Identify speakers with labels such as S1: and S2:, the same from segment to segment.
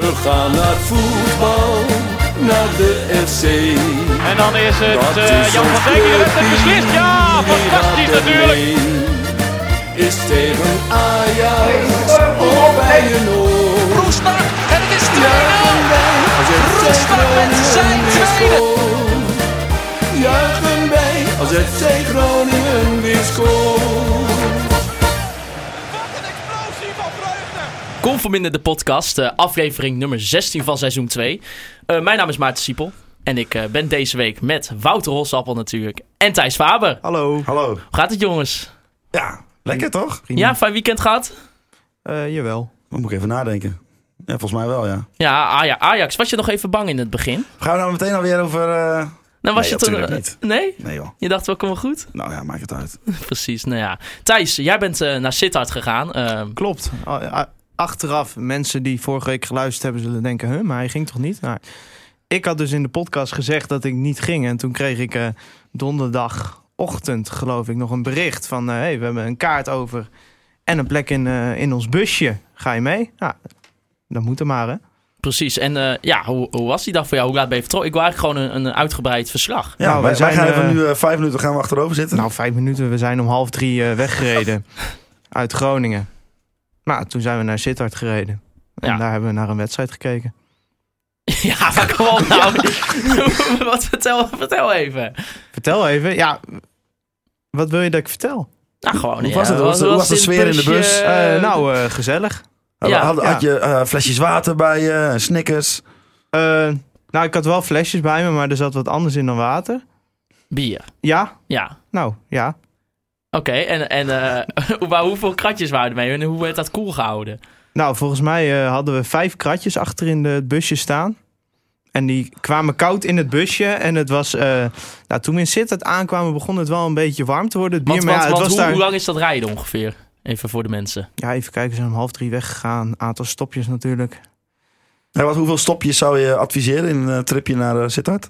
S1: We gaan naar voetbal, naar de FC.
S2: En dan is het
S1: Dat
S2: eh,
S1: is
S2: Jan
S1: ons
S2: van Dijk die de wedstrijd
S1: clubteam,
S2: beslist. Ja,
S1: die
S2: fantastisch
S1: gaat ermee.
S2: natuurlijk.
S1: Is tegen Ajax op bij een oor.
S3: Roestak en het is 2-0.
S1: als het
S3: Roestak met zijn tweede.
S1: Juichen wij als het FC Groningen weer scoort.
S4: Kom voor minder de podcast, eh, aflevering nummer 16 van seizoen 2. Eh, mijn naam is Maarten Siepel en ik eh, ben deze week met Wouter Rosappel natuurlijk en Thijs Faber. Hoe
S5: Hallo.
S6: Hallo.
S4: gaat het jongens?
S6: Ja, lekker toch?
S4: Ja, fijn weekend gehad?
S5: Eh, jawel.
S6: Dan moet ik even nadenken. Ja, volgens mij wel, ja.
S4: Ja, Aja- Ajax, was je nog even bang in het begin?
S6: Gaan we nou meteen alweer over... eh,
S4: Nou, was
S6: Nee,
S4: je
S6: natuurlijk niet.
S4: Nee?
S6: Nee joh.
S4: Je dacht wel, kom wel goed?
S6: Nou ja, maakt het uit.
S4: Precies, nou ja. Thijs, jij bent eh, naar Sittard gegaan. Eh,
S5: Klopt. A- a- Achteraf, mensen die vorige week geluisterd hebben, zullen denken: huh, maar hij ging toch niet? Nou, ik had dus in de podcast gezegd dat ik niet ging. En toen kreeg ik eh, donderdagochtend, geloof ik, nog een bericht van: eh, hey, we hebben een kaart over en een plek in, eh, in ons busje. Ga je mee? Nou, dat moet er maar, hè?
S4: precies, en eh, ja, hoe, hoe was die dag voor jou? Hoe laat ben je vertrokken? Ik wil eigenlijk gewoon een, een uitgebreid verslag.
S6: Ja,
S5: Nou, wij
S6: wij, wij
S5: zijn,
S6: gaan even
S5: eh,
S6: nu eh, vijf minuten gaan we achterover zitten.
S5: Nou, vijf minuten. We zijn om half drie eh, weggereden uit Groningen. Maar toen zijn we naar Sittard gereden. En
S4: Ja.
S5: daar hebben we naar een wedstrijd gekeken.
S4: Ja, maar kom op nou. Wat, vertel, vertel even.
S5: Vertel even, ja. Wat wil je dat ik vertel?
S4: Nou, gewoon.
S6: Hoe
S4: ja,
S6: was het? Hoe was de- hoe was de
S4: het
S6: sfeer in de bus?
S4: busje?
S5: Eh, nou, eh, gezellig.
S6: Had-
S4: ja,
S6: had, had
S5: ja.
S6: je eh, flesjes water bij je, en snickers.
S5: Eh, nou, ik had wel flesjes bij me, maar er zat wat anders in dan water.
S4: bier.
S5: Ja,
S4: Ja. Oké,
S5: nou, ja.
S4: en, en eh, maar hoeveel kratjes waren er mee en hoe werd dat koel gehouden?
S5: Nou, volgens mij eh, hadden we vijf kratjes achter in de- het busje staan. En die kwamen koud in het busje. En het was, eh, nou, toen we in Sittard aankwamen, begon het wel een beetje warm te worden. Het bier,
S4: Want,
S5: maar
S4: want,
S5: ja, het
S4: want
S5: was
S4: hoe,
S5: daar...
S4: hoe lang is dat rijden ongeveer? Even voor de mensen.
S5: Ja, even kijken, we zijn om half drie weggegaan. Aantal stopjes natuurlijk.
S6: En wat, hoeveel stopjes zou je adviseren in een tripje naar eh, Sittard?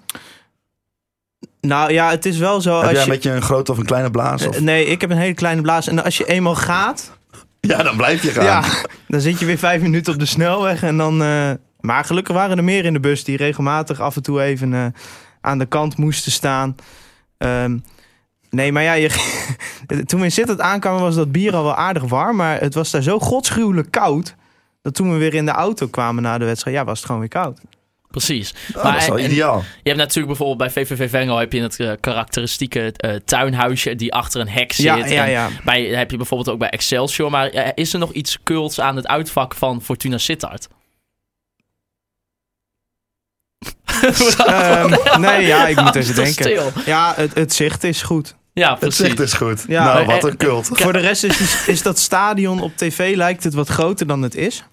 S5: Nou ja, het is wel zo.
S6: Heb
S5: Oh,
S6: jij
S5: als je... Eh,
S6: een beetje een grote of een kleine blaas? Of...
S5: Nee, ik heb een hele kleine blaas. En als je eenmaal gaat,
S6: Ja, dan blijf je gaan.
S5: Ja, dan zit je weer vijf minuten op de snelweg en dan... eh, maar gelukkig waren er meer in de bus die regelmatig af en toe even eh, aan de kant moesten staan. Ehm, nee, maar ja, je, toen we in Sittard aankwamen was dat bier al wel aardig warm. Maar het was daar zo godsgruwelijk koud... dat toen we weer in de auto kwamen na de wedstrijd... ja, was het gewoon weer koud.
S4: Precies.
S6: Nou, dat is wel
S5: eh,
S4: en-
S6: ideaal.
S4: je hebt natuurlijk bijvoorbeeld bij VVV Venlo heb je het eh, karakteristieke eh, tuinhuisje die achter een hek zit.
S5: Ja, ja,
S4: En
S5: ja.
S4: Bij, heb je bijvoorbeeld ook bij Excelsior. Maar eh, is er nog iets cults aan het uitvak van Fortuna Sittard?
S5: Ehm, nee, ja, ik moet even
S4: Toch
S5: denken.
S4: stil.
S5: Ja, het, het zicht is goed.
S4: Ja,
S6: Het
S4: precies.
S6: zicht is goed.
S5: Ja, eh,
S6: nou,
S4: maar-
S6: wat een cult.
S5: Voor de rest is, die- is dat stadion op tv lijkt het wat groter dan het is.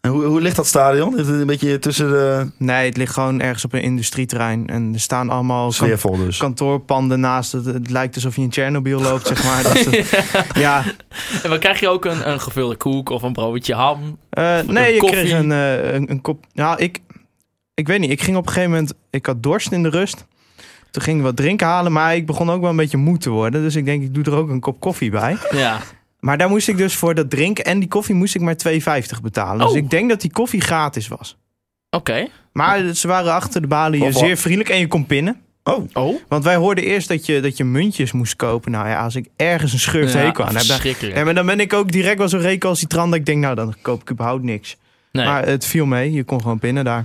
S6: En hoe, hoe ligt dat stadion? Is het een beetje tussen de
S5: Nee, het ligt gewoon ergens op een industrieterrein. En er staan allemaal kan-
S6: sfeervol dus?
S5: kantoorpanden naast. Het, het lijkt alsof je in Tsjernobyl loopt, zeg maar. Dat is het- ja.
S4: En dan krijg je ook een, een gevulde koek of een broodje ham.
S5: Eh, nee, je
S4: koffie.
S5: kreeg een, eh, een, een kop... Nou, ik, ik weet niet. Ik ging op een gegeven moment... Ik had dorst in de rust. Toen ging ik wat drinken halen, maar ik begon ook wel een beetje moe te worden. Dus ik denk, ik doe er ook een kop koffie bij.
S4: Ja.
S5: Maar daar moest ik dus voor dat drinken en die koffie moest ik maar 2,50 betalen. Dus
S4: Oh.
S5: ik denk dat die koffie gratis was.
S4: Oké.
S5: Maar ze waren achter de balie
S6: Of wat?
S5: zeer vriendelijk en je kon pinnen.
S6: Oh,
S4: Oh.
S5: Want wij hoorden eerst dat je, dat je muntjes moest kopen. Nou ja, als ik ergens een schurft hekel aan heb... Dan,
S4: verschrikkelijk.
S5: ja, maar dan ben ik ook direct wel zo recalcitrant dat ik denk, nou, dan koop ik überhaupt niks.
S4: Nee.
S5: Maar het viel mee, je kon gewoon binnen daar.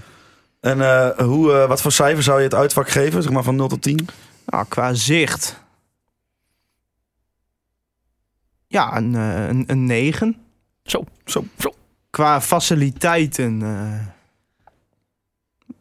S6: en eh, hoe, eh, wat voor cijfer zou je het uitvak geven? Zeg maar van 0 tot 10?
S5: Nou, qua zicht... Ja, een, eh, een, een 9.
S4: Zo.
S6: Zo.
S4: Zo.
S5: Qua faciliteiten... eh,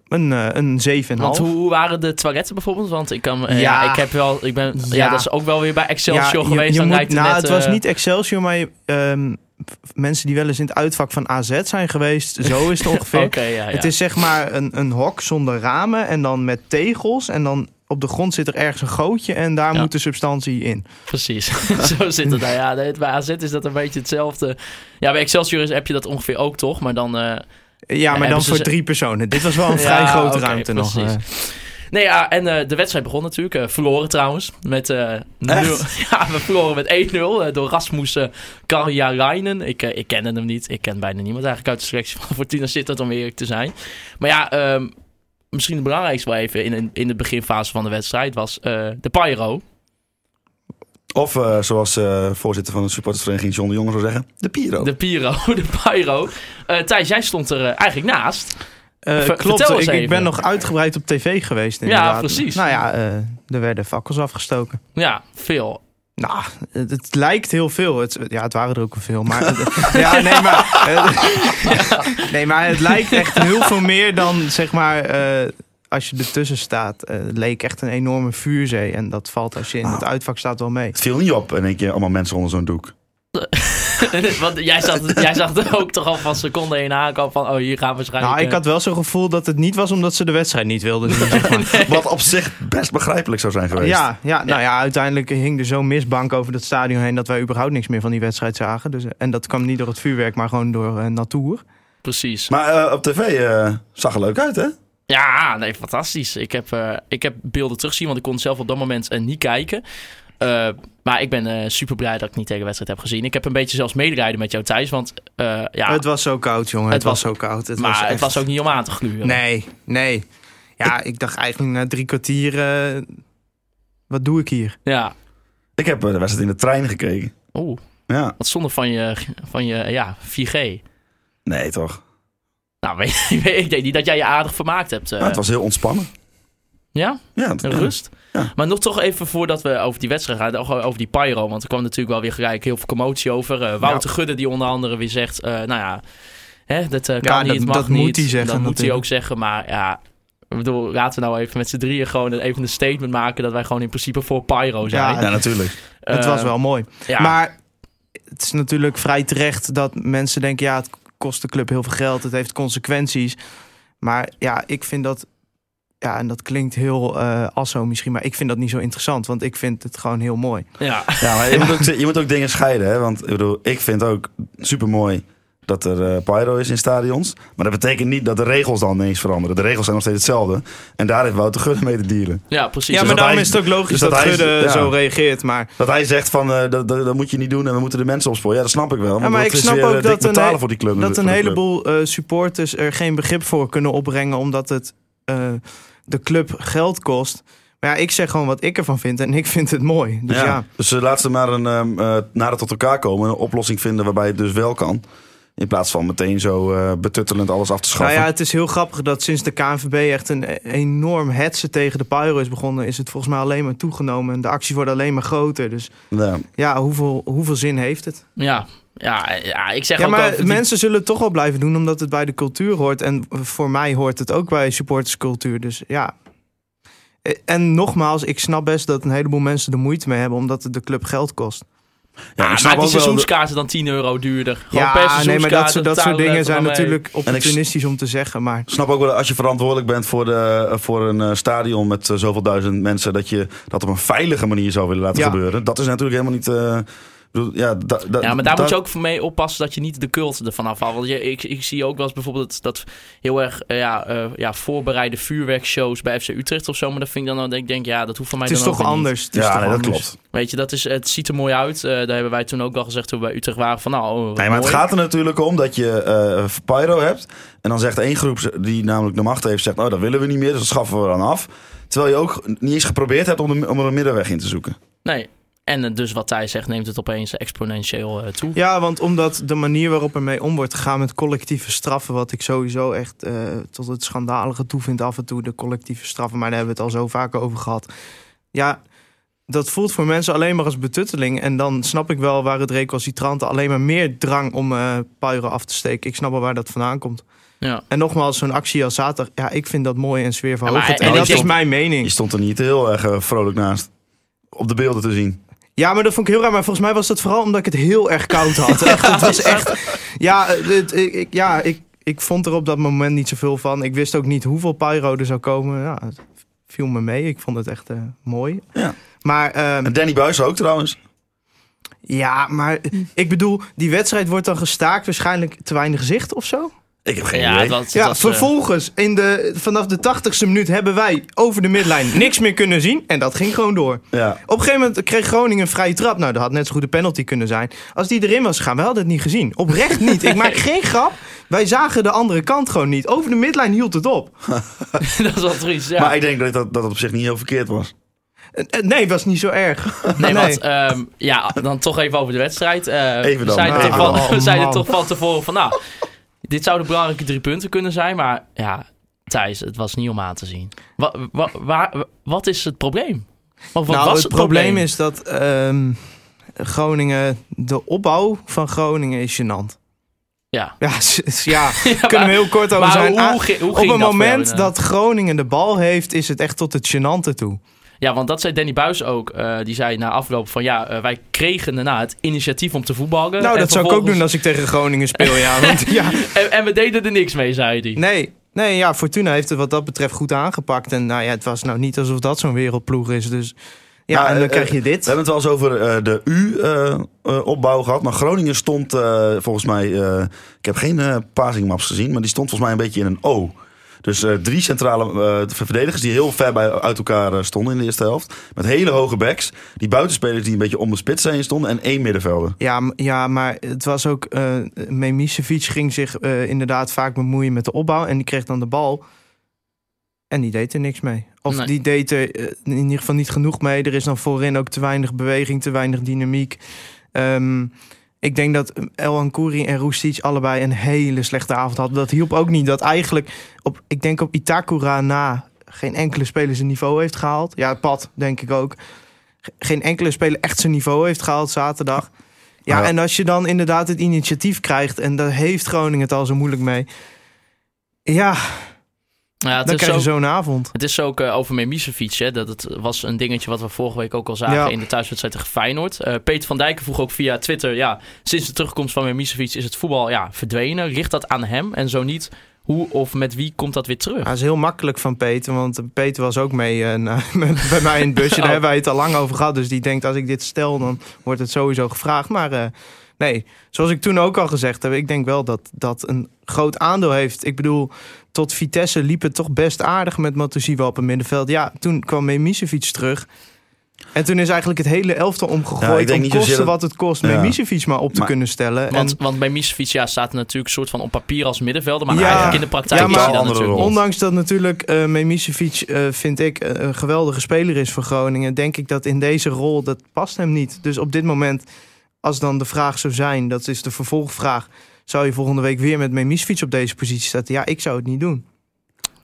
S5: een, eh, een 7,5.
S4: Want hoe hoe waren de toiletten bijvoorbeeld? Want ik kan, eh, ja.
S5: Ja.
S4: ik heb wel, ik ben, ja.
S5: Ja.
S4: dat is ook wel weer bij Excelsior
S5: je-
S4: geweest.
S5: je
S4: dan
S5: moet-
S4: rijdt hij
S5: nou,
S4: net,
S5: het was
S4: eh,
S5: niet Excelsior, maar je- ehm, f- mensen die wel eens in het uitvak van AZ zijn geweest, zo is het ongeveer.
S4: Oké, ja, ja.
S5: Het is zeg maar een, een hok zonder ramen en dan met tegels en dan op de grond zit er ergens een gootje en daar
S4: Ja.
S5: moet de substantie in.
S4: Precies. Zo zit het. Nou ja, nee, bij AZ is dat een beetje hetzelfde. Ja, bij Excelsior is- heb je dat ongeveer ook, toch? Maar dan... eh,
S5: Ja, maar
S4: hebben
S5: dan
S4: ze
S5: voor
S4: ze-
S5: drie personen. Dit was wel
S4: Ja,
S5: een vrij grote
S4: oké,
S5: ruimte nog.
S4: precies.
S5: eh.
S4: Nee, ja, en eh, de wedstrijd begon natuurlijk. eh, verloren trouwens. Met, eh, nul- ja, we verloren met 1-0 eh, door Rasmus uh, Karjalainen. Ik, eh, ik kende hem niet. Ik ken bijna niemand eigenlijk uit de selectie van Fortuna Sittard, om eerlijk te zijn. Maar ja, ehm, misschien het belangrijkste wel even in, in, in de beginfase van de wedstrijd was eh, de Pyro.
S6: Of eh, zoals eh, voorzitter van de supportersvereniging John de Jonge zou zeggen, de Piro.
S5: Oh.
S4: De Pyro, de Pyro. Eh Thijs, jij stond er eh, eigenlijk naast.
S5: Eh,
S4: Ver-
S5: klopt,
S4: vertel eens
S5: ik, ik ben
S4: even.
S5: nog uitgebreid op tv geweest inderdaad.
S4: precies.
S5: Nou ja, eh, er werden fakkels afgestoken.
S4: Ja, veel. Ah.
S5: Nou, het, het lijkt heel veel. Het, ja, het waren er ook wel veel. Maar, ja, nee, maar, eh, nee, maar het lijkt echt heel veel meer dan, zeg maar, eh, als je ertussen staat. Eh, het leek echt een enorme vuurzee. En dat valt als je in het uitvak staat wel mee.
S6: Het viel niet op in één keer allemaal mensen onder zo'n doek.
S4: Want jij zag, jij zag er ook toch al van seconde heen aankomen van... Oh, hier gaan we waarschijnlijk...
S5: Nou, ik
S4: eh,
S5: had wel zo'n gevoel dat het niet was omdat ze de wedstrijd niet wilden zien. zeg maar.
S6: Wat op zich best begrijpelijk zou zijn geweest.
S5: Ja, ja, nou ja, uiteindelijk hing er zo'n mistbank over dat stadion heen dat wij überhaupt niks meer van die wedstrijd zagen. Dus, eh, en dat kwam niet door het vuurwerk, maar gewoon door eh natuur.
S4: Precies.
S6: Maar eh, op tv eh, zag er leuk uit, hè?
S4: Ja, nee, fantastisch. Ik heb, eh, ik heb beelden terugzien, want ik kon zelf op dat moment eh, niet kijken. Eh, maar ik ben super blij dat ik niet tegen de wedstrijd heb gezien. Ik heb een beetje zelfs medelijden met jou, Thijs. Want eh, ja,
S5: Het was zo koud, jongen. Het,
S4: Het
S5: was,
S4: was-
S5: zo koud. Het
S4: maar
S5: was
S4: het
S5: echt-
S4: was ook niet om aan te gluren.
S5: Nee, nee. Ja, ik dacht eigenlijk na drie kwartier, eh, wat doe ik hier?
S4: Ja.
S6: Ik heb eh, de wedstrijd in de trein gekeken.
S4: Oeh,
S6: Ja,
S4: wat zonde van je, van je ja, 4G.
S6: nee toch.
S4: Nou, weet, weet- ik denk niet dat jij je aardig vermaakt hebt. eh.
S6: Nou, het was heel ontspannen.
S4: Ja?
S6: Ja, het-
S4: Een rust?
S6: Ja.
S4: Maar nog toch even voordat we over die wedstrijd gaan, nog over die Pyro. Want er kwam natuurlijk wel weer gelijk heel veel commotie over. Eh, Wouter Gudde die onder andere weer zegt, eh, nou ja, hè, dat eh, kan
S5: dat-
S4: niet, het mag
S5: dat
S4: niet.
S5: moet hij zeggen
S4: Dat moet hij
S5: natuurlijk.
S4: ook zeggen, maar ja... Ik bedoel, laten we nou even met z'n drieën gewoon een- even een statement maken dat wij gewoon in principe voor Pyro zijn.
S5: Ja,
S6: Ja, natuurlijk.
S5: het
S4: Eh,
S5: was wel mooi.
S4: ja.
S5: Maar het is natuurlijk vrij terecht dat mensen denken: ja, het kost de club heel veel geld, het heeft consequenties. Maar ja, ik vind dat. Ja, en dat klinkt heel eh asso misschien, maar ik vind dat niet zo interessant, want ik vind het gewoon heel mooi.
S4: Ja.
S6: Ja, maar je, moet ook, je moet ook dingen scheiden, hè? Want ik, bedoel, ik vind ook supermooi dat er eh, pyro is in stadions. Maar dat betekent niet dat de regels dan ineens veranderen. De regels zijn nog steeds hetzelfde. En daar heeft Wouter Gudde mee te dealen.
S4: ja, precies.
S5: Ja,
S6: Dus dat
S5: maar daarom
S6: hij-
S5: is het ook logisch
S6: dus
S5: dat,
S6: dat hij-
S5: Gudde
S6: ja.
S5: zo reageert. Maar
S6: Dat hij zegt van, eh, dat, dat, dat moet je niet doen en we moeten de mensen opsporen. Ja, dat snap ik wel. want
S5: maar
S6: dat
S5: ik
S6: is
S5: snap
S6: weer,
S5: ook
S6: eh, dik
S5: dat een
S6: betalen
S5: he-
S6: voor die club.
S5: dat
S6: voor
S5: een
S6: de club.
S5: heleboel eh, supporters er geen begrip voor kunnen opbrengen, omdat het eh, de club geld kost. Maar ja, ik zeg gewoon wat ik ervan vind en ik vind het mooi. Dus
S6: ja.
S5: ja.
S6: Dus eh, laat ze maar een, ehm eh, nader tot elkaar komen. Een oplossing vinden waarbij het dus wel kan. In plaats van meteen zo eh, betuttelend alles af te
S5: Nou
S6: schaffen.
S5: ja, het is heel grappig dat sinds de KNVB echt een e- enorm hetsen tegen de pyro is begonnen, is het volgens mij alleen maar toegenomen. En de acties worden alleen maar groter. Dus
S6: Ja.
S5: ja, hoeveel, hoeveel zin heeft het?
S4: Ja, ja, ja, ik zeg
S5: Ja,
S4: ook
S5: maar
S4: over die-
S5: mensen zullen het toch wel blijven doen, omdat het bij de cultuur hoort. En voor mij hoort het ook bij supporterscultuur. Dus ja. E- En nogmaals, ik snap best dat een heleboel mensen er moeite mee hebben, omdat het de club geld kost.
S6: Ja,
S4: Ah,
S6: ik snap
S4: maak die
S6: ook wel de-
S4: seizoenskaarten dan 10 euro duurder. Gewoon per
S5: ja, nee, maar dat,
S4: seizoenskaart,
S5: soort- dat soort
S4: betalen we
S5: dingen
S4: even
S5: zijn
S4: maar mee.
S5: natuurlijk opportunistisch om te zeggen. Maar
S6: Ik snap ook wel dat als je verantwoordelijk bent voor, de, voor een eh, stadion met eh, zoveel duizend mensen, dat je dat op een veilige manier zou willen laten
S5: Ja.
S6: gebeuren. Dat is natuurlijk helemaal niet. eh, ik bedoel, ja, da- da-
S4: Ja, maar daar
S6: da-
S4: moet je ook voor mee oppassen dat je niet de cult ervan afhaalt. Want je, ik, ik zie ook wel eens bijvoorbeeld dat heel erg eh, ja, eh, ja, voorbereide vuurwerkshows bij FC Utrecht of zo. Maar dat vind ik dan, ik denk, ja, dat hoeft van mij
S5: het is
S4: dan ook
S5: toch
S4: weer niet.
S5: anders. Het is
S6: Ja,
S5: toch
S6: nee, dat
S5: anders.
S6: klopt.
S4: Weet je, dat is, het ziet er mooi uit. Eh, daar hebben wij toen ook wel gezegd toen we bij Utrecht waren van, nou, oh, wat
S6: Nee, maar het
S4: mooi.
S6: gaat er natuurlijk om dat je eh pyro hebt. En dan zegt één groep die namelijk de macht heeft, zegt: Oh, dat willen we niet meer, dus dat schaffen we dan af. Terwijl je ook niet eens geprobeerd hebt om, de, om er een middenweg in te zoeken.
S4: Nee. En eh, dus wat Thijs zegt, neemt het opeens exponentieel eh, toe.
S5: Ja, want omdat de manier waarop ermee om wordt gegaan met collectieve straffen, wat ik sowieso echt eh, tot het schandalige toe vind af en toe, de collectieve straffen, maar daar hebben we het al zo vaak over gehad. Ja, dat voelt voor mensen alleen maar als betutteling. En dan snap ik wel waar het recalcitranten alleen maar meer drang om eh puieren af te steken. Ik snap wel waar dat vandaan komt.
S4: Ja.
S5: En nogmaals, zo'n actie als zaterdag, ja, ik vind dat mooi en
S4: Ja,
S5: sfeerverhogend.
S4: maar-
S5: en
S4: en
S5: dat
S4: ik denk-
S5: is mijn
S6: Je
S5: mening.
S6: stond er niet heel erg eh, vrolijk naast. Op de beelden te zien.
S5: Ja, maar dat vond ik heel raar. Maar volgens mij was dat vooral omdat ik het heel erg koud had. Echt, het was echt... Ja, het, ik, ik- ja ik, ik vond er op dat moment niet zoveel van. Ik wist ook niet hoeveel pyro er zou komen. Ja, het viel me mee. Ik vond het echt eh, mooi.
S6: Ja.
S5: Maar, ehm,
S6: En Danny Buis ook trouwens.
S5: ja, maar ik bedoel, die wedstrijd wordt dan gestaakt. Waarschijnlijk te weinig zicht of zo?
S6: Ik heb geen
S4: Ja,
S6: idee.
S4: dat,
S5: Ja,
S4: dat, eh,
S5: vervolgens, in de, vanaf de 80ste minuut hebben wij over de midlijn niks meer kunnen zien. En dat ging gewoon door.
S6: Ja.
S5: Op een gegeven moment kreeg Groningen een vrije trap. Nou, dat had net zo goed een penalty kunnen zijn. Als die erin was gegaan, we hadden het niet gezien. Oprecht niet. Ik maak geen grap. Wij zagen de andere kant gewoon niet. Over de midlijn hield het op.
S4: dat is wel triest. Ja.
S6: Maar ik denk dat dat, dat op zich niet heel verkeerd was.
S5: Eh, eh, Nee, was niet zo erg.
S4: Nee,
S5: Nee.
S4: want ehm, ja, dan toch even over de wedstrijd. Eh,
S6: Even dan,
S4: we zeiden,
S6: even
S4: toch van-
S5: dan.
S4: we zeiden
S5: Oh, man.
S4: toch van tevoren van, nou, dit zouden belangrijke drie punten kunnen zijn, maar ja, Thijs, het was niet om aan te zien. Wa wa- waar- wat is het probleem? Of wat
S5: nou,
S4: was
S5: het, probleem? is dat ehm, Groningen, de opbouw van Groningen is gênant.
S4: Ja.
S5: Ja, s- s- ja.
S4: Ja,
S5: kunnen we
S4: maar-
S5: heel kort over
S4: maar
S5: zijn.
S4: hoe,
S5: Ah,
S4: hoe, ging- hoe
S5: Op
S4: ging
S5: het
S4: dat voor jou
S5: moment
S4: dan?
S5: dat Groningen de bal heeft, is het echt tot het gênante toe.
S4: Ja, want dat zei Danny Buis ook. eh, die zei na afloop van, ja, eh, wij kregen daarna het initiatief om te voetballen.
S5: nou,
S4: Eh, en
S5: dat zou ik ook
S4: vervolgens-
S5: doen als ik tegen Groningen speel, ja. Want, ja.
S4: En, en we deden er niks mee, zei hij.
S5: Nee, nee, ja, Fortuna heeft het wat dat betreft goed aangepakt. En nou ja, het was nou niet alsof dat zo'n wereldploeg is. Dus ja,
S6: Nou,
S5: en dan
S6: eh,
S5: krijg je
S6: We
S5: dit.
S6: hebben het wel eens over eh, de U-opbouw gehad. Maar Groningen stond eh, volgens mij... eh, ik heb geen eh passingmaps gezien, maar die stond volgens mij een beetje in een O. Dus eh, drie centrale eh, verdedigers die heel ver bij, uit elkaar eh, stonden in de eerste helft. Met hele hoge backs. Die buitenspelers die een beetje om de spits heen stonden. En één middenvelder.
S5: Ja, m- ja, maar het was ook... eh Memisevic ging zich eh, inderdaad vaak bemoeien met de opbouw. En die kreeg dan de bal. En die deed er niks mee. Of
S4: Nee.
S5: die deed er eh, in ieder geval niet genoeg mee. Er is dan voorin ook te weinig beweging, te weinig dynamiek. Ehm, ik denk dat El Ancuri en Roestic allebei een hele slechte avond hadden. Dat hielp ook niet. Dat eigenlijk, op, ik denk op Itakura na, geen enkele speler zijn niveau heeft gehaald. Ja, Pat, denk ik ook. Ge- Geen enkele speler echt zijn niveau heeft gehaald zaterdag. Ja,
S6: Ja.
S5: en als je dan inderdaad het initiatief krijgt... en daar heeft Groningen het al zo moeilijk mee... Ja,
S4: Ja, het
S5: dan
S4: is
S5: krijg je
S4: zo-
S5: zo'n avond.
S4: Het is ook eh, over Memisevic, hè. Dat het was een dingetje wat we vorige week ook al zagen
S5: Ja.
S4: in de thuiswedstrijd tegen Feyenoord. Eh, Peter van Dijken vroeg ook via Twitter, ja, sinds de terugkomst van Memisevic is het voetbal ja, verdwenen. Richt dat aan hem? En zo niet, hoe of met wie komt dat weer terug?
S5: Ja, dat is heel makkelijk van Peter, want Peter was ook mee eh, na- met- bij mij in het busje. Daar
S4: Oh.
S5: hebben wij het al lang over gehad. Dus die denkt, als ik dit stel, dan wordt het sowieso gevraagd. Maar eh, nee, zoals ik toen ook al gezegd heb, ik denk wel dat dat een groot aandeel heeft. Ik bedoel, tot Vitesse liep het toch best aardig met Matusiwa op het middenveld. Ja, toen kwam Memisevic terug. En toen is eigenlijk het hele elftal
S6: Ja,
S5: omgegooid
S6: ik denk
S5: om
S6: niet zozeer
S5: kosten
S6: dat-
S5: wat het kost
S6: Ja.
S5: Memisevic maar op te
S6: Maar-
S5: kunnen stellen.
S4: Want,
S5: En-
S4: want bij Memisevic ja, staat hij natuurlijk soort van op papier als middenvelder, maar
S5: Ja.
S4: eigenlijk in de praktijk
S5: Ja,
S4: is
S5: maar-
S4: hij dat
S6: Andere
S4: natuurlijk
S6: rol.
S4: niet.
S5: Ondanks dat natuurlijk eh Memisevic, eh, vind ik, eh, een geweldige speler is voor Groningen... denk ik dat in deze rol, dat past hem niet. Dus op dit moment, als dan de vraag zou zijn, dat is de vervolgvraag... zou je volgende week weer met Memisevic op deze positie zetten? Ja, ik zou het niet doen.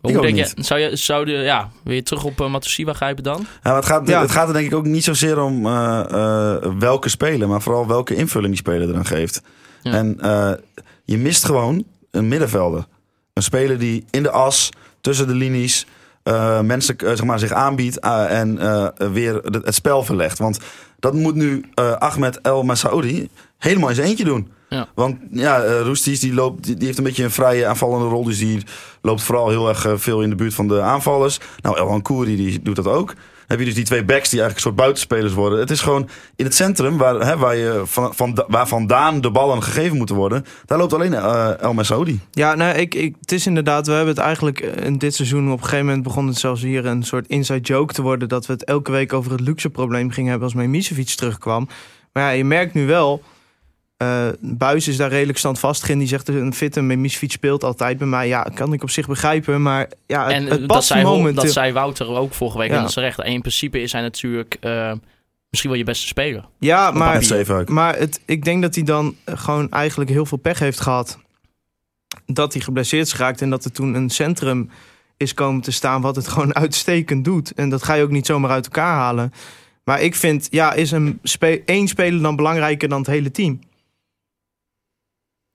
S4: Hoe
S6: Ik ook
S4: denk je,
S6: niet.
S4: zou je, zou de, ja, weer terug op eh, Matusiwa grijpen dan?
S6: Ja, maar het, gaat,
S5: Ja.
S6: het gaat er denk ik ook niet zozeer om eh, eh, welke speler, maar vooral welke invulling die speler eraan geeft.
S4: Ja.
S6: En eh, je mist gewoon een middenvelder. Een speler die in de as, tussen de linies, eh, mensen eh, zeg maar, zich aanbiedt eh, en eh, weer het- het spel verlegt. Want dat moet nu eh, Ahmed El Massaoudi helemaal in zijn eentje doen.
S4: Ja.
S6: Want ja, eh, Roestic die loopt, die, die heeft een beetje een vrije aanvallende rol. Dus die loopt vooral heel erg eh, veel in de buurt van de aanvallers. Nou, El Hankouri die doet dat ook. Dan heb je dus die twee backs die eigenlijk een soort buitenspelers worden. Het is gewoon in het centrum waar, hè, waar, je van, van, waar vandaan de ballen gegeven moeten worden. Daar loopt alleen eh, El Massaoudi.
S5: Ja, nou, ik, ik, het is inderdaad, we hebben het eigenlijk eh, in dit seizoen... op een gegeven moment begon het zelfs hier een soort inside joke te worden... dat we het elke week over het luxe probleem gingen hebben als Memisevic terugkwam. Maar ja, je merkt nu wel, eh Buis is daar redelijk standvastig in. Die zegt, een fitte Memisevic speelt altijd bij mij. Ja, kan ik op zich begrijpen, maar ja, het,
S4: en eh,
S5: het
S4: dat,
S5: past
S4: zei, Hol-
S5: momenteel-
S4: dat zei Wouter ook vorige week
S5: Ja.
S4: en dat is terecht. En in principe is hij natuurlijk eh, misschien wel je beste speler.
S5: Ja, maar
S6: Op zeven ook.
S5: Maar het, ik denk dat hij dan eh, gewoon eigenlijk heel veel pech heeft gehad. Dat hij geblesseerd is geraakt en dat er toen een centrum is komen te staan wat het gewoon uitstekend doet. En dat ga je ook niet zomaar uit elkaar halen. Maar ik vind, ja, is een spe één speler dan belangrijker dan het hele team?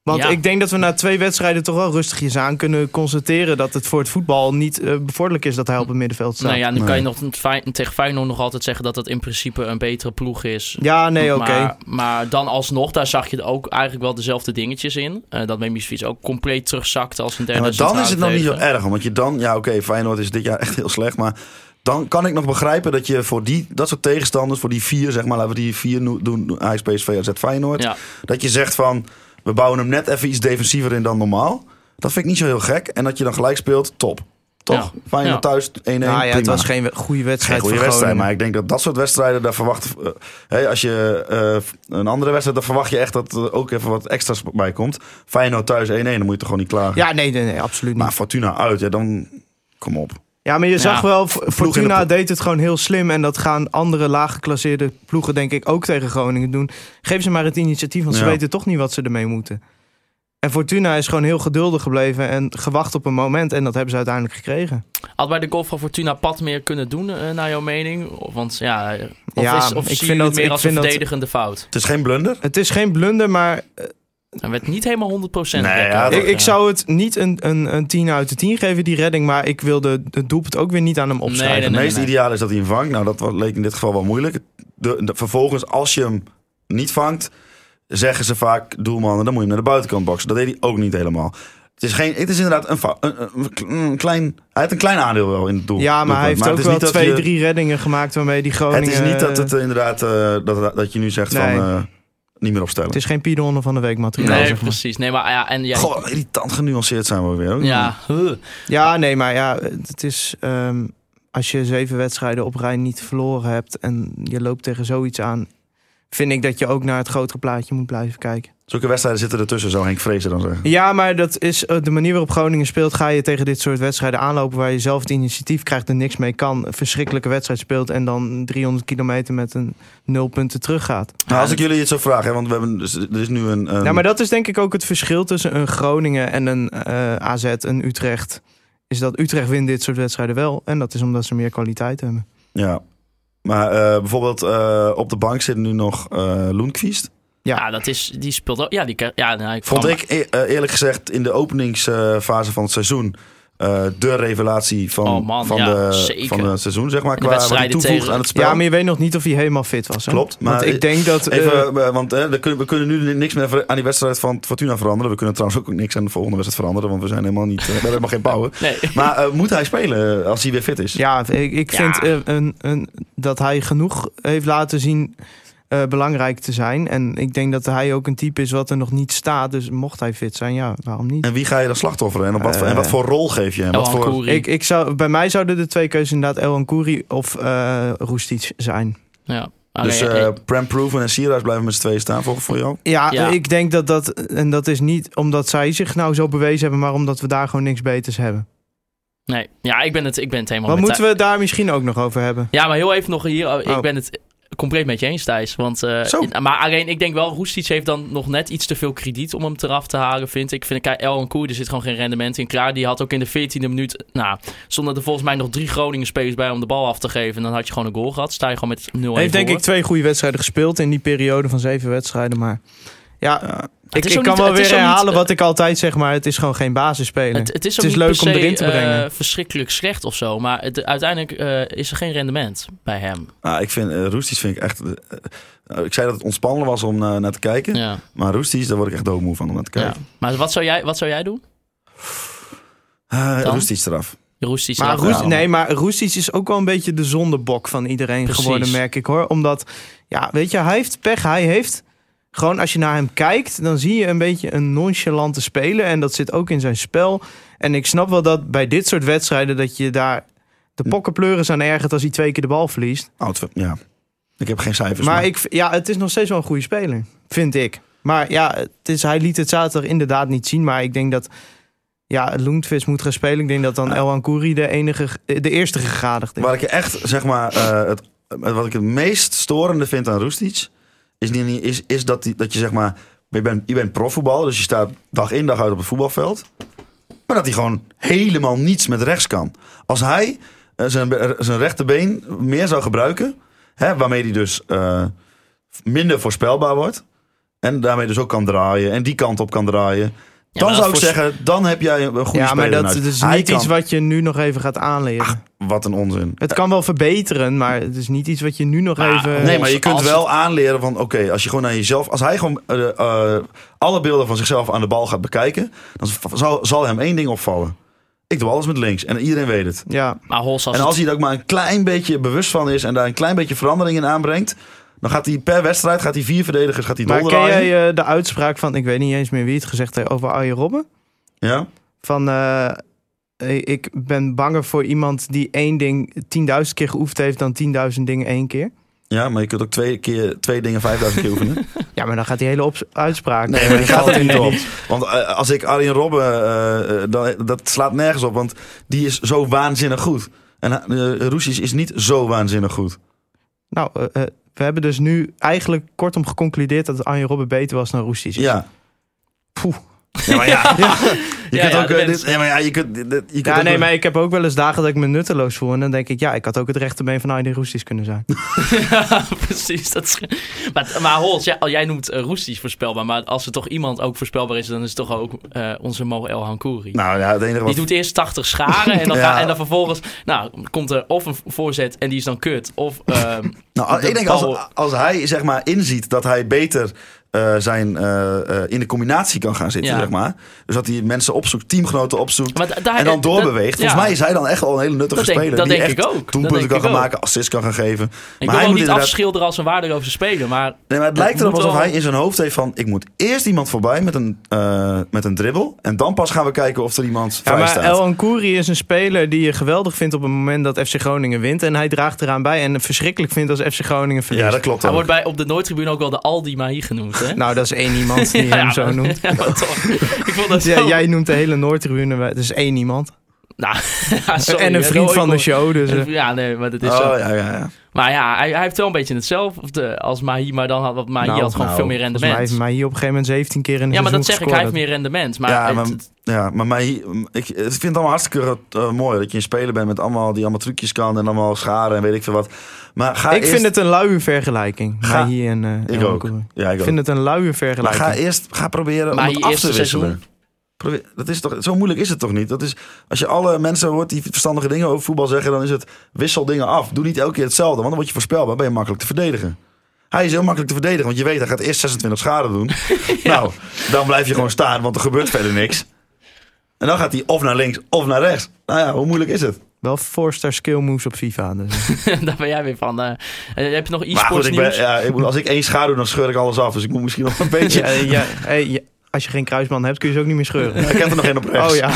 S5: Want
S4: Ja.
S5: ik denk dat we na twee wedstrijden toch wel rustigjes aan kunnen constateren... dat het voor het voetbal niet eh, bevorderlijk is dat hij op het middenveld staat.
S4: Nou ja, dan
S6: Nee.
S4: kan je nog Fey- tegen Feyenoord nog altijd zeggen dat dat in principe een betere ploeg is.
S5: Ja, nee, oké.
S4: Maar, maar dan alsnog, daar zag je ook eigenlijk wel dezelfde dingetjes in. Eh dat Memisevic ook compleet terugzakte als een derde
S6: Ja, maar dan
S4: centrale
S6: is het nog niet zo
S4: verdediger.
S6: erg. Want je dan, ja oké, Feyenoord is dit jaar echt heel slecht. Maar dan kan ik nog begrijpen dat je voor die, dat soort tegenstanders, voor die vier, zeg maar, laten we die vier no- doen, Ajax, PSV, AZ, Feyenoord.
S4: Ja.
S6: Dat je zegt van, we bouwen hem net even iets defensiever in dan normaal. Dat vind ik niet zo heel gek. En dat je dan gelijk speelt, top. Toch?
S4: Ja.
S6: Fijn
S4: Ja.
S6: thuis 1-1.
S5: nou ja, het
S6: prima.
S5: was geen we- goede
S6: Geen
S5: wedstrijd
S6: goede
S5: voor
S6: wedstrijd, maar
S5: Groningen.
S6: ik denk dat dat soort wedstrijden, daar verwacht, eh, hè, als je eh, een andere wedstrijd, dan verwacht je echt dat er ook even wat extra's bij komt. Feyenoord thuis 1-1, dan moet je toch gewoon niet klagen.
S5: Ja, nee, nee, nee, absoluut niet.
S6: Maar Fortuna uit, ja, dan kom op.
S5: Ja, maar je zag wel, F- Fortuna
S6: ploeg.
S5: deed het gewoon heel slim. En dat gaan andere laaggeklasseerde ploegen denk ik ook tegen Groningen doen. Geef ze maar het initiatief, want ze
S6: Ja.
S5: weten toch niet wat ze ermee moeten. En Fortuna is gewoon heel geduldig gebleven en gewacht op een moment. En dat hebben ze uiteindelijk gekregen.
S4: Had bij de golf van Fortuna Pat meer kunnen doen, eh, naar jouw mening? Of- Want ja, eh, of,
S5: Ja,
S4: is, of zie
S5: ik vind
S4: je het
S5: dat- ik
S4: meer als een
S5: vind dat-
S4: verdedigende fout?
S6: Het is geen blunder.
S5: Het is geen blunder, maar
S4: Hij werd niet helemaal 100%
S6: Nee,
S4: lekker.
S6: ja, dat-
S5: ik, ik zou het niet een, een, een 10 uit de 10 geven, die redding. Maar ik wilde het doelpunt ook weer niet aan hem opschrijven.
S4: Nee,
S6: het
S4: nee, nee,
S6: meest
S4: nee.
S6: ideaal is dat hij hem vangt. Nou, dat wa- leek in dit geval wel moeilijk. De, de- vervolgens, als je hem niet vangt, zeggen ze vaak, doelman, dan moet je hem naar de buitenkant boksen. Dat deed hij ook niet helemaal. Het is, geen, het is inderdaad een, fa- een, een- een klein... Hij heeft een klein aandeel wel in het doel.
S5: Ja, maar hij heeft
S6: doelpunt. het is
S5: ook wel
S6: niet dat
S5: twee,
S6: je-
S5: drie reddingen gemaakt waarmee die Groningen...
S6: Het is niet dat het eh, inderdaad, eh, dat, dat je nu zegt
S5: Nee.
S6: van, eh, niet meer opstellen.
S5: het is geen Piedonne van de week materiaal.
S4: Nee,
S5: zeg maar.
S4: precies. Nee, maar ja, en ja,
S6: Goh, hmm. irritant genuanceerd zijn we ook weer. ook.
S4: ja, huh.
S5: Ja, nee, maar ja, het is. ehm, als je zeven wedstrijden op rij niet verloren hebt. en je loopt tegen zoiets aan. vind ik dat je ook naar het grotere plaatje moet blijven kijken.
S6: Zulke wedstrijden zitten ertussen, zou Henk Vrezen dan zeggen.
S5: Ja, maar dat is eh, de manier waarop Groningen speelt. ga je tegen dit soort wedstrijden aanlopen. waar je zelf het initiatief krijgt en niks mee kan. een verschrikkelijke wedstrijd speelt. en dan 300 kilometer met een nul punten teruggaat.
S6: Nou, als ik jullie het zo vraag, hè, want we hebben, dus- er is nu een... een-
S5: Nou, maar dat is denk ik ook het verschil tussen een Groningen en een eh, AZ, een Utrecht. Is dat Utrecht wint dit soort wedstrijden wel. En dat is omdat ze meer kwaliteit hebben.
S6: Ja. Maar eh, bijvoorbeeld eh, op de bank zit nu nog eh Loenquist.
S4: ja, dat is, die speelt ook. Ja, die, ke- ja nou, ik
S6: Vond
S4: kwam-
S6: ik e- eh, eerlijk gezegd in de openingsfase van het seizoen eh, de revelatie van,
S4: Oh man,
S6: van,
S4: ja,
S6: de,
S4: zeker.
S6: van het seizoen, zeg maar.
S4: De
S6: Qua wat hij
S4: wedstrijden
S6: toevoegt
S4: tegen-
S6: aan het spel.
S5: Ja, maar je weet nog niet of hij helemaal fit was. Hè?
S6: Klopt, maar-
S5: Want ik denk dat. eh,
S6: Even, eh, want eh, we, kunnen, we kunnen nu niks meer ver- aan die wedstrijd van Fortuna veranderen. We kunnen trouwens ook niks aan de volgende wedstrijd veranderen, want we zijn helemaal niet, eh, we hebben helemaal geen power.
S4: Nee.
S6: Maar eh, moet hij spelen eh, als hij weer fit is?
S5: ja, ik, ik vind
S4: Ja.
S5: eh, een, een, dat hij genoeg heeft laten zien eh, belangrijk te zijn. En ik denk dat hij ook een type is wat er nog niet staat. Dus mocht hij fit zijn, ja, waarom niet?
S6: En wie ga je dan slachtofferen? En, op wat, voor- en
S5: Eh,
S6: wat voor rol geef je hem? Wat
S4: Elhan
S6: voor,
S4: Koeri.
S5: Ik, ik zou, bij mij zouden de twee keuzes inderdaad El Ancuri of eh Roestic zijn.
S4: ja.
S6: dus
S4: Alleen,
S6: eh
S4: eh,
S6: Prem Proven en Sierhuis blijven met z'n tweeën staan voor, voor jou?
S5: Ja,
S4: Ja.
S5: ik denk dat dat... En dat is niet omdat zij zich nou zo bewezen hebben... maar omdat we daar gewoon niks beters hebben.
S4: nee, ja, ik ben het, ik ben het helemaal
S5: Wat
S4: met
S5: moeten we daar misschien ook nog over hebben?
S4: Ja, maar heel even nog hier. eh,
S5: Oh.
S4: Ik ben het compleet met je eens, Thijs. Want, eh,
S6: Zo.
S4: in- maar alleen, ik denk wel, Roestic heeft dan nog net iets te veel krediet om hem eraf te halen, vind ik. Vind ik, El en Koer, er zit gewoon geen rendement in. Klaar, die had ook in de 14e minuut, nou, zonder er volgens mij nog drie Groningen-spelers bij om de bal af te geven. En dan had je gewoon een goal gehad. Sta je gewoon met 0-1
S5: Hij heeft denk
S4: voor.
S5: ik twee goede wedstrijden gespeeld in die periode van zeven wedstrijden. Maar ja, ik,
S4: is
S5: ik
S4: ook
S5: kan
S4: niet-
S5: wel
S4: het is ook
S5: weer
S4: niet,
S5: herhalen
S4: eh,
S5: wat ik altijd zeg, maar het is gewoon geen basisspeler.
S4: Het, het is, ook
S5: is
S4: niet
S5: leuk
S4: per
S5: om
S4: se,
S5: erin te brengen.
S4: eh, verschrikkelijk slecht of zo. Maar het, uiteindelijk eh, is er geen rendement bij hem.
S6: Ah, ik vind eh Roesties vind ik echt. eh, eh, ik zei dat het ontspannen was om eh, naar te kijken.
S4: Ja.
S6: Maar Roesties, daar word ik echt doodmoe van om naar te
S4: Ja.
S6: kijken.
S4: Maar wat zou jij, wat zou jij doen?
S6: Eh
S4: Dan?
S6: Roesties eraf.
S4: Roestic
S5: maar
S4: eraf
S5: Roes,
S4: halen.
S5: nee, maar Roestic is ook wel een beetje de zondebok van iedereen
S4: Precies.
S5: geworden, merk ik hoor. Omdat, ja, weet je, hij heeft pech. Hij heeft, gewoon als je naar hem kijkt, dan zie je een beetje een nonchalante speler. En dat zit ook in zijn spel. En ik snap wel dat bij dit soort wedstrijden, dat je daar de
S4: Hm.
S5: pokkenpleuris aan ergert als hij twee keer de bal verliest.
S6: Oud, ja. Ik heb geen cijfers.
S5: maar ik, v- ja, het is nog steeds wel een goede speler, vind ik. Maar ja, het is, hij liet het zaterdag inderdaad niet zien. Maar ik denk dat ja, Loentvis moet gaan spelen. Ik denk dat dan El Ancuri de, enige, eh, de eerste gegadigd is.
S6: Waar ik je echt, zeg maar, eh, het, wat ik het meest storende vind aan Roestic, is, niet- niet- is, is dat, die, dat je zeg maar, je bent, je bent profvoetballer, dus je staat dag in dag uit op het voetbalveld. Maar dat hij gewoon helemaal niets met rechts kan. Als hij eh, zijn, be- zijn rechterbeen meer zou gebruiken, hè, waarmee hij dus eh, minder voorspelbaar wordt. En daarmee dus ook kan draaien en die kant op kan draaien.
S4: Ja,
S6: dan
S4: maar
S6: zou ik
S4: dat voor-
S6: zeggen, dan heb jij een een goede
S5: ja, maar
S6: speler. Ah,
S5: dat
S6: in huis.
S5: is
S6: Hij
S5: niet
S6: kan-
S5: iets wat je nu nog even gaat aanleren.
S6: Wat een onzin.
S5: het kan wel verbeteren, maar het is niet iets wat je nu nog
S4: Maar-
S5: even...
S6: Ah, Nee, maar je
S4: Als-
S6: kunt
S4: als
S6: wel aanleren van, oké, als je gewoon naar jezelf, als hij gewoon eh, eh, alle beelden van zichzelf aan de bal gaat bekijken, dan v- zal, zal hem één ding opvallen. Ik doe alles met links en iedereen weet het.
S5: Ja,
S4: Maar Hols, als
S6: en als
S4: het-
S6: hij er ook maar een klein beetje bewust van is en daar een klein beetje verandering in aanbrengt, dan gaat hij per wedstrijd, gaat hij vier verdedigers, gaat hij
S5: maar ken
S6: doldraaien.
S5: jij eh, de uitspraak van... Ik weet niet eens meer wie het gezegd heeft over Arjen Robben?
S6: Ja?
S5: Van, eh, ik ben banger voor iemand die één ding 10.000 keer geoefend heeft dan 10.000 dingen één keer.
S6: Ja, maar je kunt ook twee, keer, twee dingen 5000 keer oefenen.
S5: Ja, maar dan gaat die hele ops- uitspraak.
S6: Nee, maar die gaat
S5: valt
S6: er niet
S5: in.
S6: op. Want eh, als ik Arjen Robben, eh, eh, dan, dat slaat nergens op, want die is zo waanzinnig goed. En eh Roesjes is niet zo waanzinnig goed.
S5: Nou, eh, eh, we hebben dus nu eigenlijk kortom geconcludeerd dat Arjen Robben beter was dan Roestic.
S6: Ja.
S5: Poeh.
S6: Ja, maar ja. Je
S4: Ja,
S6: kunt
S4: ja,
S6: ook...
S4: dat
S6: eh,
S4: ben-
S6: dit- Ja, maar ja, je kunt... dit- dit- je kunt
S5: Ja,
S6: ook
S5: nee,
S6: nog-
S5: maar ik heb ook wel eens dagen dat ik me nutteloos voel. En dan denk ik, ja, ik had ook het rechterbeen van Arjen Roestic kunnen zijn.
S4: Precies. Dat is... Maar, maar Hols, jij, jij noemt uh, voorspelbaar. Maar als er toch iemand ook voorspelbaar is, dan is het toch ook eh, onze Mo El Hankouri.
S6: Nou ja, het enige
S4: Die
S6: wat...
S4: doet eerst 80 scharen en dan,
S6: Ja.
S4: ga- en dan vervolgens nou, komt er of een voorzet en die is dan kut. Of ehm,
S6: Nou,
S4: de
S6: ik denk
S4: bal-
S6: als, als hij zeg maar inziet dat hij beter eh, zijn, eh, eh, in de combinatie kan gaan zitten,
S4: Ja.
S6: zeg maar. Dus dat hij mensen opzoekt, teamgenoten opzoekt.
S4: Maar da- daar-
S6: en dan
S4: dat-
S6: doorbeweegt. Volgens
S4: ja.
S6: mij is hij dan echt al een hele nuttige
S4: Dat denk-
S6: speler.
S4: dat
S6: die
S4: denk
S6: echt
S4: ik ook. Dat
S6: Doelpunten
S4: denk
S6: kan
S4: ik
S6: gaan
S4: ook.
S6: maken, assists kan gaan geven.
S4: ik
S6: maar
S4: wil
S6: hij
S4: hem
S6: moet
S4: niet
S6: inderdaad...
S4: afschilderen als een waardeloze speler, maar
S6: Nee, maar het
S4: Dat
S6: lijkt erop
S4: moet
S6: alsof
S4: wel-
S6: hij in zijn hoofd heeft van... ik moet eerst iemand voorbij met een, eh, met een dribbel... en dan pas gaan we kijken of er iemand
S5: Ja,
S6: vrij
S5: maar
S6: staat.
S5: El Ankouri is een speler die je geweldig vindt op het moment dat FC Groningen wint. En hij draagt eraan bij en het verschrikkelijk vindt als FC Groningen verliest.
S6: Ja, dat klopt
S4: hij
S6: ook.
S4: wordt bij, op de Noordtribune ook wel de Aldi Mahi genoemd. Hè?
S5: Nou, dat is één iemand die
S4: Ja,
S5: hem zo
S4: maar-
S5: noemt.
S4: ja, maar toch. Ik vond dat
S5: Ja,
S4: zo...
S5: jij noemt de hele Noordtribune, maar het is één iemand.
S4: Nou, ja, sorry,
S5: en een
S4: hè,
S5: vriend
S4: Roy
S5: van de
S4: Kok-
S5: show, dus... eh,
S4: Ja, nee, maar dat is zo.
S6: Oh, ja, ja, ja.
S4: Maar ja, hij, hij heeft wel een beetje hetzelfde als Mahi, maar dan had wat Mahi
S5: Nou,
S4: had gewoon
S6: nou,
S4: veel meer
S5: volgens mij heeft
S4: rendement.
S5: mij hier op een gegeven moment 17 keer in een
S4: Ja, maar dat zeg
S5: seizoen
S4: ik, hij heeft
S5: gescoord.
S4: meer rendement. Maar,
S6: ja,
S4: het-
S6: maar,
S4: het-
S6: ja, maar mij, ik, ik vind het allemaal hartstikke eh, mooi dat je een speler bent met allemaal die allemaal trucjes kan en allemaal scharen en weet ik veel wat. Maar ga
S5: Ik
S6: Ah, eerst,
S5: vind het een luie vergelijking.
S6: Ga-
S5: Mahi en eh,
S6: Ik
S5: El
S6: ook.
S5: Ankouri.
S6: Ja, ik
S5: Ik
S6: ook.
S5: vind het een luie
S6: maar
S5: vergelijking.
S6: ga eerst ga proberen
S4: Maar
S6: om het
S4: je
S6: af
S4: eerste
S6: te wisselen.
S4: seizoen?
S6: Probeer, dat is toch, zo moeilijk is het toch niet? Dat is, als je alle mensen hoort die verstandige dingen over voetbal zeggen, dan is het wissel dingen af. Doe niet elke keer hetzelfde, want dan word je voorspelbaar, ben je makkelijk te verdedigen. Hij is heel makkelijk te verdedigen, want je weet, hij gaat eerst 26 schade doen. Nou, dan blijf je gewoon staan, want er gebeurt verder niks. En dan gaat hij of naar links of naar rechts. Nou ja, hoe moeilijk is het?
S5: Wel four-star skill moves op FIFA. Dus.
S4: daar ben jij weer van. eh, eh, heb je nog
S6: Maar goed,
S4: e-sports
S6: ik ben,
S4: nieuws?
S6: ja, ik bedoel, als ik één schaduw, dan scheur ik alles af. Dus ik moet misschien nog een beetje...
S5: ja, eh, ja, hey, ja, als je geen kruisband hebt, kun je ze ook niet meer scheuren.
S6: Ik heb er nog één op rechts.
S5: Oh ja.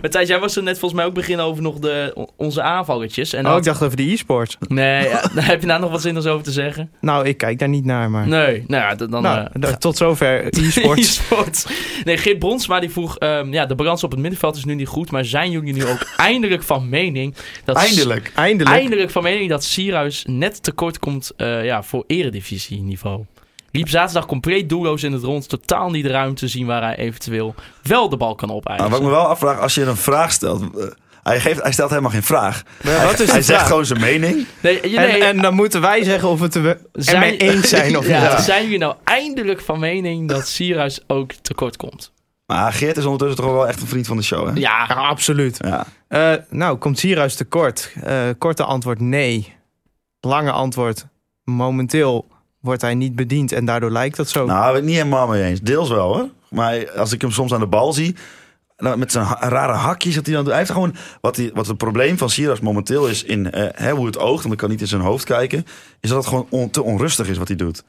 S4: Maar Thijs, jij was er net volgens mij ook beginnen over nog de, on- onze aanvalletjes. En
S5: Oh,
S4: dat-
S5: ik dacht over de e-sports.
S4: Nee, ja, daar heb je daar nog wat zinnigs over te zeggen?
S5: Nou, ik kijk daar niet naar, maar...
S4: Nee, nou ja, d- dan...
S5: nou,
S4: eh,
S5: d- tot zover e-sports.
S4: e-sports. Nee, Geert Bronsma die vroeg... ehm, ja, de balans op het middenveld is nu niet goed... maar zijn jullie nu ook eindelijk van mening... dat
S6: Eindelijk.
S5: Eindelijk.
S4: Eindelijk van mening dat Sierhuis net tekort komt eh, ja, voor eredivisieniveau. Liep zaterdag compleet doelloos in het rond. Totaal niet de ruimte zien waar hij eventueel wel de bal kan
S6: Maar
S5: Ah,
S4: opeisen.
S6: wat ik me wel afvraag, als je een vraag stelt... eh, hij, geeft, hij stelt helemaal geen vraag.
S5: Maar wat
S6: hij
S5: is de
S6: zegt
S5: vraag?
S6: gewoon zijn mening.
S4: nee, nee,
S5: En, en dan moeten wij zeggen of we het er we-
S4: Zijn-
S5: ermee eens zijn of
S4: ja,
S5: niet.
S4: Zijn jullie nou eindelijk van mening dat Sierhuis ook tekort komt?
S6: Maar Geert is ondertussen toch wel echt een vriend van de show, hè?
S5: Ja,
S4: Ja,
S5: absoluut.
S6: Ja.
S5: Eh, nou, komt Sierhuis tekort? Eh, korte antwoord nee. Lange antwoord momenteel wordt hij niet bediend en daardoor lijkt dat zo.
S6: Nou, daar ben ik niet helemaal mee eens. Deels wel, hoor. Maar als ik hem soms aan de bal zie... dan Met zijn ha- rare hakjes dat hij dan doet. Hij heeft gewoon... Wat, hij, wat het probleem van Siras momenteel is in eh, hè, hoe het oogt... want ik kan niet in zijn hoofd kijken... is dat het gewoon on- te onrustig is wat hij doet.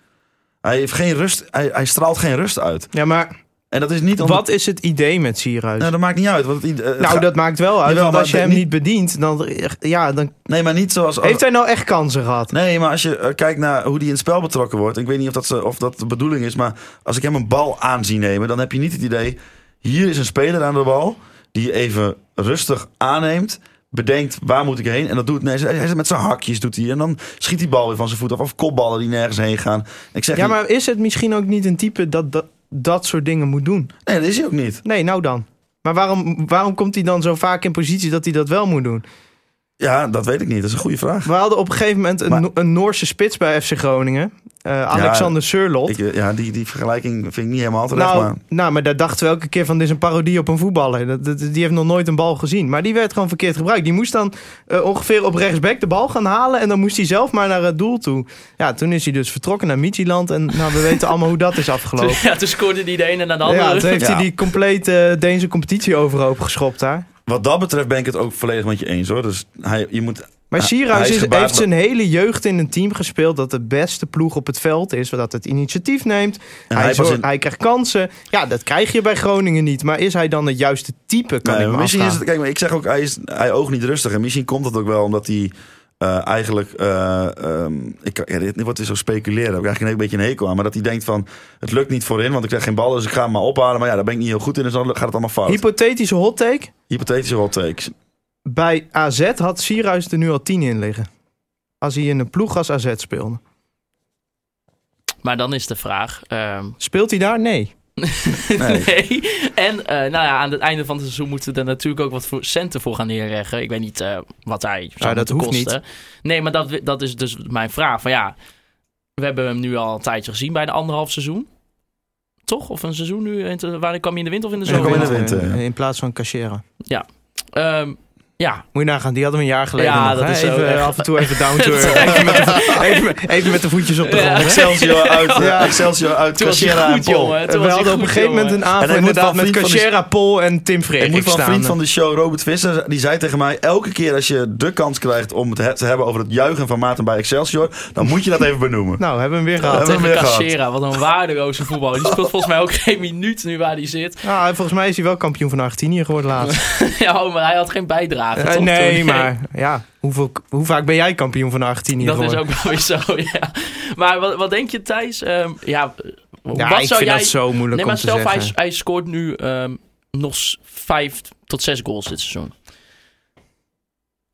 S6: Hij, heeft geen rust, hij, hij straalt geen rust uit.
S5: ja, maar
S6: En dat is niet... omdat-
S5: wat is het idee met Sierhuis?
S6: Nou, dat maakt niet uit. Want het, eh, het
S5: nou,
S6: gaat-
S5: dat maakt wel uit.
S6: Jawel,
S5: want
S6: maar
S5: als je
S6: dat
S5: hem
S6: niet-
S5: niet bedient, dan, ja, dan
S6: Nee, maar niet zoals...
S5: heeft hij nou echt kansen gehad.
S6: Nee, maar als je eh, kijkt naar hoe die in het spel betrokken wordt... Ik weet niet of dat, ze, of dat de bedoeling is, maar als ik hem een bal aan zie nemen... dan heb je niet het idee... Hier is een speler aan de bal die even rustig aanneemt... Bedenkt waar moet ik heen en dat doet nee, hij hij zit met zijn hakjes doet hij en dan schiet die bal weer van zijn voet af of kopballen die nergens heen gaan. Ik zeg,
S5: Ja, maar is het misschien ook niet een type dat dat, dat soort dingen moet doen?
S6: niet- nee, dat is hij ook niet.
S5: Nee, nou dan. Maar waarom, waarom komt hij dan zo vaak in positie dat hij dat wel moet doen?
S6: Ja, dat weet ik niet. Dat is een goede vraag.
S5: We hadden op een gegeven moment een,
S6: Maar-
S5: No- een Noorse spits bij FC Groningen. eh, Alexander Surlot.
S6: Ik, eh, ja, die, die vergelijking vind ik niet helemaal terecht.
S5: nou,
S6: maar...
S5: nou, maar daar dachten we elke keer van, dit is een parodie op een voetballer. Dat, dat- die heeft nog nooit een bal gezien. Maar die werd gewoon verkeerd gebruikt. Die moest dan eh, ongeveer op rechtsback de bal gaan halen. En dan moest hij zelf maar naar het doel toe. Ja, toen is hij dus vertrokken naar Midtjylland. En nou, we weten allemaal hoe dat is
S4: toen,
S5: afgelopen.
S4: ja, toen scoorde hij de ene en de andere.
S5: Ja, toen heeft hij
S6: Ja.
S5: die complete eh, Deense competitie overhoop geschopt daar.
S6: Wat dat betreft ben ik het ook volledig met je eens hoor. Dus hij, je moet
S5: Maar
S6: Ja,
S5: Sierhuis
S6: hij is
S5: is-
S6: gebaat
S5: heeft
S6: met-
S5: zijn hele jeugd in een team gespeeld dat de beste ploeg op het veld is, dat het initiatief neemt. Hij,
S6: hij was
S5: zorgt-
S6: in-
S5: hij krijgt kansen. Ja, dat krijg je bij Groningen niet. Maar is hij dan het juiste type? Kan
S6: Nee,
S5: ik
S6: maar
S5: me
S6: misschien is
S5: afvragen.
S6: het, kijk, maar ik zeg ook, hij, is, hij oogt niet rustig. En misschien komt dat ook wel omdat hij eh, eigenlijk, eh, ehm, ik, ja, dit wordt weer zo speculeren, daar heb ik eigenlijk een beetje een hekel aan. Maar dat hij denkt van, het lukt niet voorin, want ik krijg geen bal, dus ik ga hem maar ophalen. Maar ja, daar ben ik niet heel goed in, dus dan gaat het allemaal fout.
S5: Hypothetische hot take.
S6: Hypothetische hot takes.
S5: Bij AZ had Sierhuis er nu al 10 in liggen. Als hij in een ploeg als AZ speelde.
S4: Maar dan is de vraag. ehm,
S5: Speelt hij daar? Nee.
S6: Nee.
S4: nee. En eh, nou ja, aan het einde van het seizoen moeten er natuurlijk ook wat voor centen voor gaan neerleggen. Ik weet niet eh, wat hij zou
S5: dat
S4: moeten
S5: hoeft
S4: kosten. Nee, maar dat, dat is dus mijn vraag. Van ja, we hebben hem nu al een tijdje gezien bij de anderhalf seizoen. Toch? Of een seizoen nu? in het- Wanneer kwam hij in de winter of in de
S6: Ja, kwam
S4: zomer?
S6: in de winter, ja.
S5: Eh, In plaats van Cachera.
S4: Ehm, ja,
S5: Moet je nagaan, die hadden we een jaar geleden
S4: Ja,
S5: nog,
S4: dat
S5: hè?
S4: is zo.
S5: even, eh,
S4: Echt.
S5: af en toe even downturn. even, met de, even, even met de voetjes op de
S4: Ja.
S5: grond. hè?
S6: Excelsior uit, eh,
S5: Ja.
S6: Excelsior uit,
S4: toen was hij
S6: Cachera en
S4: goed,
S6: Pol.
S4: jongen. Toen
S5: Eh, we
S4: was hij
S5: hadden op
S4: goed,
S5: een gegeven moment
S4: jongen.
S5: een
S6: En
S5: avond
S6: hij moet
S5: inderdaad
S6: wel
S5: met
S6: vriend van de-
S5: Cachera, Pol en Tim
S6: Ik moet
S5: Freek
S6: van een
S5: staan.
S6: vriend van de show, Robert Visser, die zei tegen mij... elke keer als je de kans krijgt om het he- te hebben over het juichen van Maarten bij Excelsior... dan moet je dat even benoemen.
S5: Nou, hebben we hem weer
S6: Ja,
S5: gehad.
S6: hebben we
S4: Tegen
S6: weer gehad.
S4: Cachera, wat een waardeloze voetballer. Die speelt volgens mij ook geen minuut nu waar hij zit.
S5: Nou, volgens mij is hij wel kampioen van Argentinië geworden laatst.
S4: Ja, maar hij had geen bijdrage.
S5: Eh,
S4: toch,
S5: nee,
S4: toen?
S5: maar ja, hoeveel, hoe vaak ben jij kampioen van Argentinië
S4: Dat is
S5: geworden?
S4: ook wel weer zo, ja. Maar wat, wat denk je, Thijs? Ehm, ja,
S5: ja,
S4: wat
S5: ik
S4: zou
S5: vind
S4: jij...
S5: dat zo moeilijk
S4: nee, maar
S5: om te
S4: stel,
S5: zeggen.
S4: hij, hij scoort nu ehm, nog s- vijf tot zes goals dit seizoen.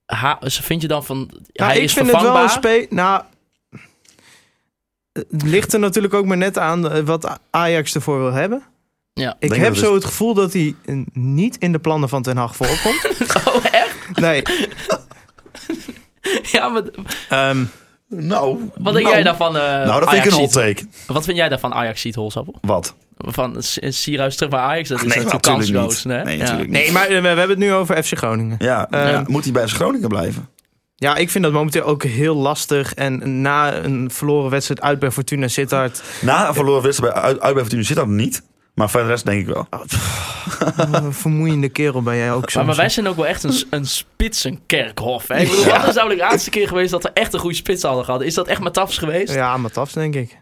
S4: Ha, vind je dan van...
S5: Nou,
S4: hij
S5: ik
S4: is
S5: vind
S4: vervangbaar?
S5: het wel een spe... Nou, het ligt er natuurlijk ook maar net aan eh, wat A- Ajax ervoor wil hebben.
S4: Ja.
S5: Ik
S6: Denk
S5: heb
S6: dat
S5: zo het gevoel dat hij eh, niet in de plannen van Ten Hag voorkomt.
S4: Oh, echt?
S5: nee,
S4: Ja, maar
S5: ehm,
S6: Nou,
S4: wat denk
S6: nou.
S4: jij daarvan, eh
S6: Nou, dat vind ik een hot
S4: Ajaxiet?
S6: take.
S4: Wat vind jij daarvan, Ajax-Ziet Holzappel?
S6: Wat?
S4: Van S- Sierhuis terug bij Ajax,
S5: Ah,
S4: dat is
S6: Nee,
S4: natuurlijk
S6: natuurlijk niet.
S4: kansloos. Nee,
S6: Nee,
S4: Ja.
S6: natuurlijk niet.
S5: nee, maar eh, we hebben het nu over FC Groningen.
S6: Ja,
S5: Eh,
S6: ja, moet hij bij FC Groningen blijven?
S5: Ja, ik vind dat momenteel ook heel lastig. En na een verloren wedstrijd uit bij Fortuna Sittard...
S6: Na een verloren wedstrijd bij, uit, uit bij Fortuna zit dat niet. Maar voor de rest denk ik wel.
S5: eh, vermoeiende kerel ben jij ook zo.
S4: Maar, maar wij zijn ook wel echt een, s- een spitsenkerkhof. Hè? Ik bedoel, wat is nou de laatste keer geweest dat we echt een goede spits hadden gehad? Is dat echt Matafs geweest? Ja,
S5: Ja, Matafs denk ik.